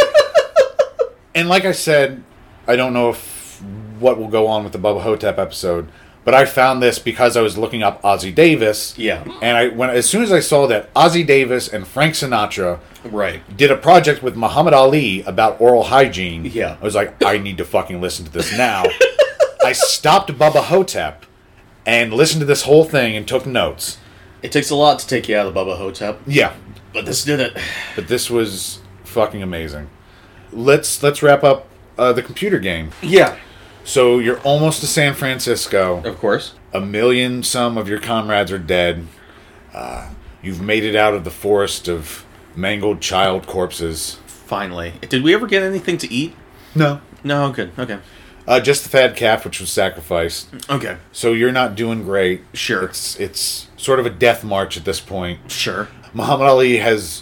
S1: and like I said, I don't know if what will go on with the Bubba Hotep episode, but I found this because I was looking up Ozzy Davis.
S2: Yeah.
S1: And I when as soon as I saw that Ozzy Davis and Frank Sinatra
S2: Right.
S1: did a project with Muhammad Ali about oral hygiene.
S2: Yeah.
S1: I was like, I need to fucking listen to this now. I stopped Bubba Hotep and listened to this whole thing and took notes.
S2: It takes a lot to take you out of the Bubba Hotep,
S1: Yeah.
S2: but this did it.
S1: But this was fucking amazing. Let's let's wrap up uh, the computer game.
S2: Yeah.
S1: So you're almost to San Francisco.
S2: Of course.
S1: A million some of your comrades are dead. Uh, you've made it out of the forest of mangled child corpses.
S2: Finally. Did we ever get anything to eat?
S1: No.
S2: No, good. Okay.
S1: Uh, just the fat calf, which was sacrificed.
S2: Okay.
S1: So you're not doing great.
S2: Sure.
S1: It's it's sort of a death march at this point.
S2: Sure.
S1: Muhammad Ali has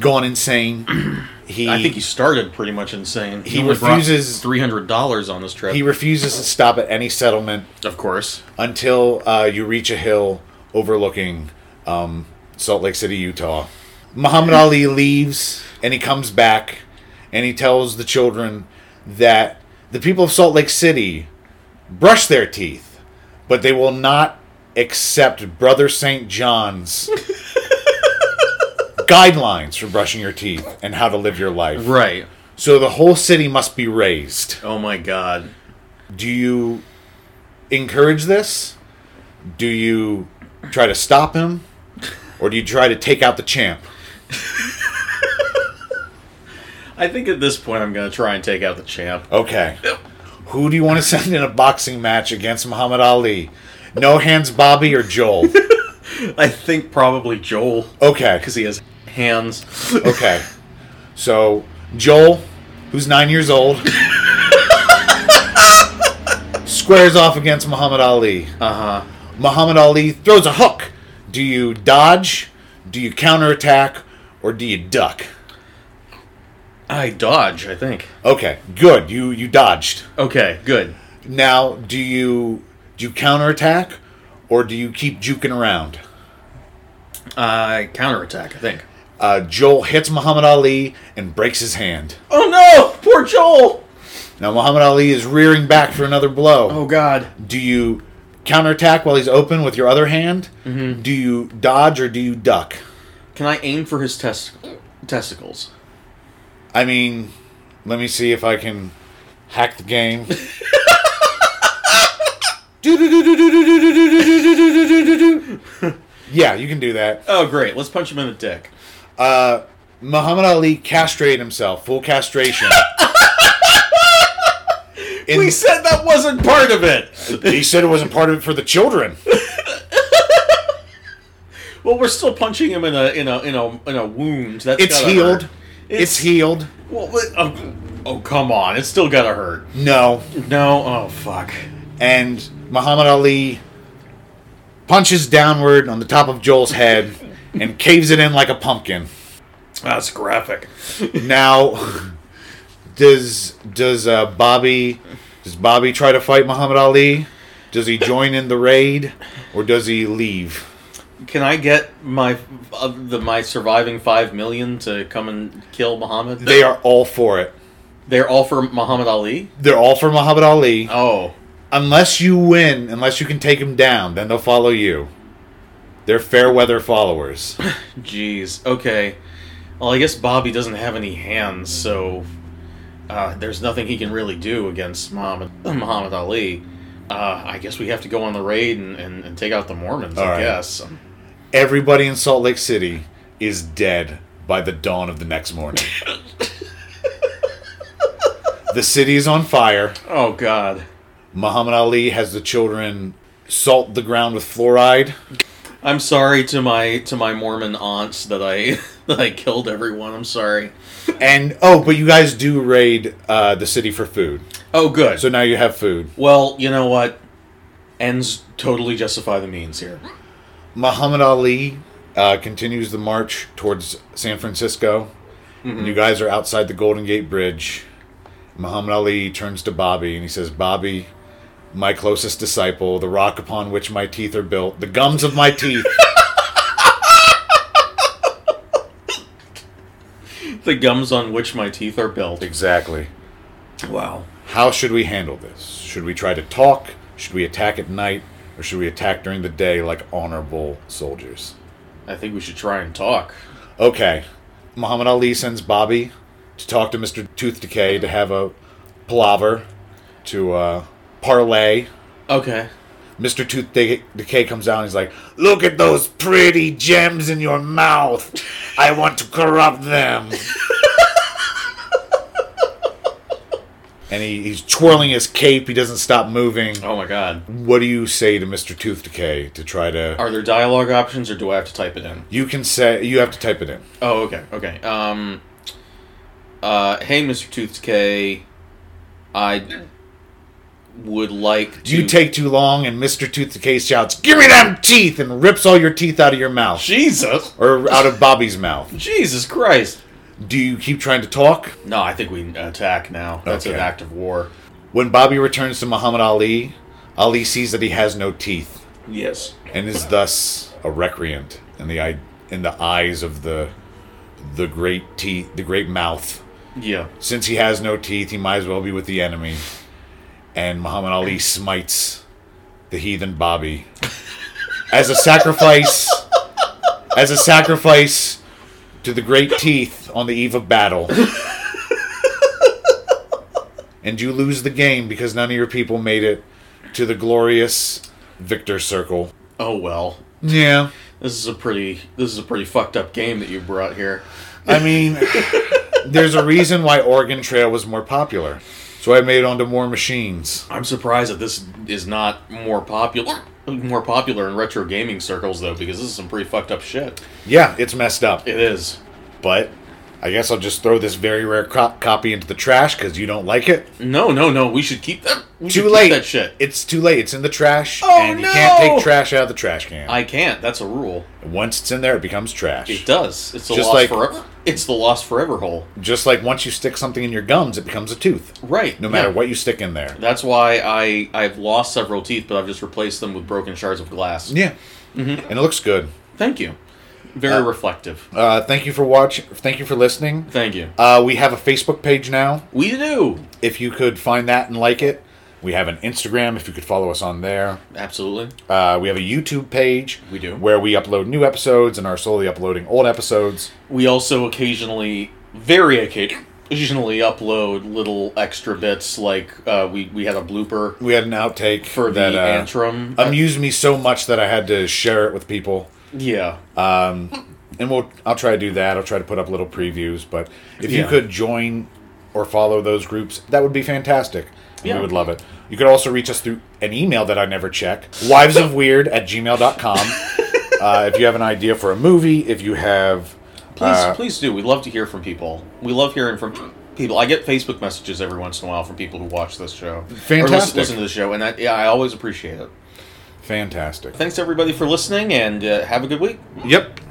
S1: gone insane. He
S2: I think he started pretty much insane.
S1: He
S2: only brought
S1: refuses-
S2: $300 on this trip.
S1: he refuses to stop at any settlement
S2: of course.
S1: until uh, you reach a hill overlooking um, Salt Lake City, Utah. Muhammad Ali leaves and he comes back and he tells the children that the people of Salt Lake City brush their teeth, but they will not accept Brother St. John's guidelines for brushing your teeth and how to live your life.
S2: Right.
S1: So the whole city must be raised.
S2: Oh my god.
S1: Do you encourage this? Do you try to stop him? Or do you try to take out the champ?
S2: I think at this point I'm going to try and take out the champ.
S1: Okay. Who do you want to send in a boxing match against Muhammad Ali? No hands Bobby or Joel?
S2: I think probably Joel
S1: Okay.
S2: cuz he has hands.
S1: Okay. So, Joel, who's nine years old, squares off against Muhammad Ali.
S2: Uh-huh.
S1: Muhammad Ali throws a hook. Do you dodge? Do you counterattack? or do you duck?
S2: I dodge, I think.
S1: Okay, good. You you dodged.
S2: Okay, good.
S1: Now, do you do you counterattack or do you keep juking around?
S2: Uh, counterattack, I think.
S1: Uh, Joel hits Muhammad Ali and breaks his hand.
S2: Oh no! Poor Joel!
S1: Now Muhammad Ali is rearing back for another blow.
S2: Oh god.
S1: Do you counterattack while he's open with your other hand?
S2: Mm-hmm.
S1: Do you dodge or do you duck?
S2: Can I aim for his test- testicles?
S1: I mean, let me see if I can hack the game. yeah, you can do that.
S2: Oh great, let's punch him in the dick.
S1: Muhammad Ali castrated himself, full castration. In-
S2: We said that wasn't part of it!
S1: he said it wasn't part of it for the children.
S2: Well, we're still punching him in a in a in a in a wound. That's
S1: It's
S2: gotta
S1: healed.
S2: hurt.
S1: It's,
S2: It's-
S1: healed.
S2: Well, what- oh, oh come on, it's still gotta hurt.
S1: No.
S2: No, oh fuck.
S1: And Muhammad Ali punches downward on the top of Joel's head and caves it in like a pumpkin.
S2: That's graphic.
S1: Now, does does uh, Bobby does Bobby try to fight Muhammad Ali? Does he join in the raid, or does he leave?
S2: Can I get my uh, the my surviving five million to come and kill Muhammad?
S1: They are all for it.
S2: They're all for Muhammad Ali.
S1: They're all for Muhammad Ali.
S2: Oh,
S1: Unless you win, unless you can take him down, then they'll follow you. They're fair weather followers.
S2: jeez. Okay. Well, I guess Bobby doesn't have any hands, so uh, there's nothing he can really do against Muhammad Muhammad Ali. Uh, I guess we have to go on the raid and, and, and take out the Mormons.
S1: All
S2: I
S1: right.
S2: guess.
S1: Everybody in Salt Lake City is dead by the dawn of the next morning. the city is on fire.
S2: Oh God.
S1: Muhammad Ali has the children salt the ground with fluoride.
S2: I'm sorry to my to my Mormon aunts that I that I killed everyone. I'm sorry.
S1: And oh, but you guys do raid uh, the city for food.
S2: Oh, good.
S1: So now you have food.
S2: Well, you know what? Ends totally justify the means here.
S1: Muhammad Ali uh, continues the march towards San Francisco. And you guys are outside the Golden Gate Bridge. Muhammad Ali turns to Bobby and he says, Bobby, my closest disciple, the rock upon which my teeth are built, the gums of my teeth.
S2: The gums on which my teeth are built.
S1: exactly.
S2: Wow.
S1: How should we handle this? Should we try to talk? Should we attack at night? Or should we attack during the day like honorable soldiers?
S2: I think we should try and talk.
S1: Okay. Muhammad Ali sends Bobby to talk to Mr. Tooth Decay to have a palaver, to uh, parlay.
S2: Okay.
S1: Mr. Tooth De- Decay comes out and he's like, Look at those pretty gems in your mouth. I want to corrupt them. and he, he's twirling his cape. He doesn't stop moving.
S2: Oh my god.
S1: What do you say to Mr. Tooth Decay to try to.
S2: Are there dialogue options or do I have to type it in?
S1: You can say. You have to type it in.
S2: Oh, okay. Okay. Um uh hey Mr. Tooth Decay. I would like to
S1: You take too long, and Mr. Tooth Decay shouts, Give me them teeth! and rips all your teeth out of your mouth.
S2: Jesus.
S1: Or out of Bobby's mouth.
S2: Jesus Christ.
S1: Do you keep trying to talk?
S2: No, I think we attack now. That's an
S1: Okay.
S2: act of war.
S1: When Bobby returns to Muhammad Ali, Ali sees that he has no teeth
S2: Yes.
S1: and is thus a recreant in the eye, in the eyes of the the great teeth, the great mouth.
S2: Yeah.
S1: Since he has no teeth, he might as well be with the enemy. And Muhammad Ali smites the heathen Bobby as a sacrifice, as a sacrifice to the great teeth on the eve of battle. And you lose the game because none of your people made it to the glorious victor circle.
S2: Oh well.
S1: Yeah.
S2: This is a pretty this is a pretty fucked up game that you brought here.
S1: I mean, there's a reason why Oregon Trail was more popular. So I made it onto more machines.
S2: I'm surprised that this is not more popular more popular in retro gaming circles though because this is some pretty fucked up shit.
S1: Yeah, it's messed up.
S2: It is.
S1: But I guess I'll just throw this very rare co- copy into the trash because you don't like it.
S2: No, no, no. We should keep that. We should
S1: Too
S2: keep
S1: late.
S2: That shit.
S1: It's too late. It's in the trash,
S2: Oh,
S1: and you can't
S2: no!
S1: take trash out of the trash can.
S2: I can't. That's a rule.
S1: Once it's in there, it becomes trash.
S2: It does. It's the
S1: Just
S2: lost
S1: like-
S2: forever. It's the lost forever hole.
S1: Just like once you stick something in your gums, it becomes a tooth.
S2: Right.
S1: No matter
S2: yeah.
S1: what you stick in there.
S2: That's why I I've lost several teeth, but I've just replaced them with broken shards of glass.
S1: Yeah. And it looks good.
S2: Thank you. Very reflective.
S1: Uh, thank you for watching. Thank you for listening.
S2: Thank you.
S1: Uh, we have a Facebook page now.
S2: We do.
S1: If you could find that and like it, we have an Instagram. If you could follow us on there,
S2: Absolutely.
S1: uh, we have a YouTube page.
S2: We do.
S1: where we upload new episodes and are slowly uploading old episodes.
S2: We also occasionally, very occasionally, upload little extra bits. Like uh, we we had a blooper
S1: We had an outtake
S2: for
S1: that
S2: the
S1: uh,
S2: Antrim.
S1: amused me so much that I had to share it with people.
S2: yeah.
S1: and we'll I'll try to do that. I'll try to put up little previews, but if you
S2: Yeah.
S1: could join or follow those groups, that would be fantastic.
S2: Yeah.
S1: We would love it. You could also reach us through an email that I never check, wivesofweird at gmail.com. uh, if you have an idea for a movie, if you have.
S2: Please,
S1: uh,
S2: please do. We'd love to hear from people. We love hearing from people. I get Facebook messages every once in a while from people who watch this show, or
S1: Fantastic.
S2: listen, listen to the show, and I, yeah, I always appreciate it.
S1: Fantastic.
S2: Thanks everybody for listening, and uh, have a good week.
S1: Yep.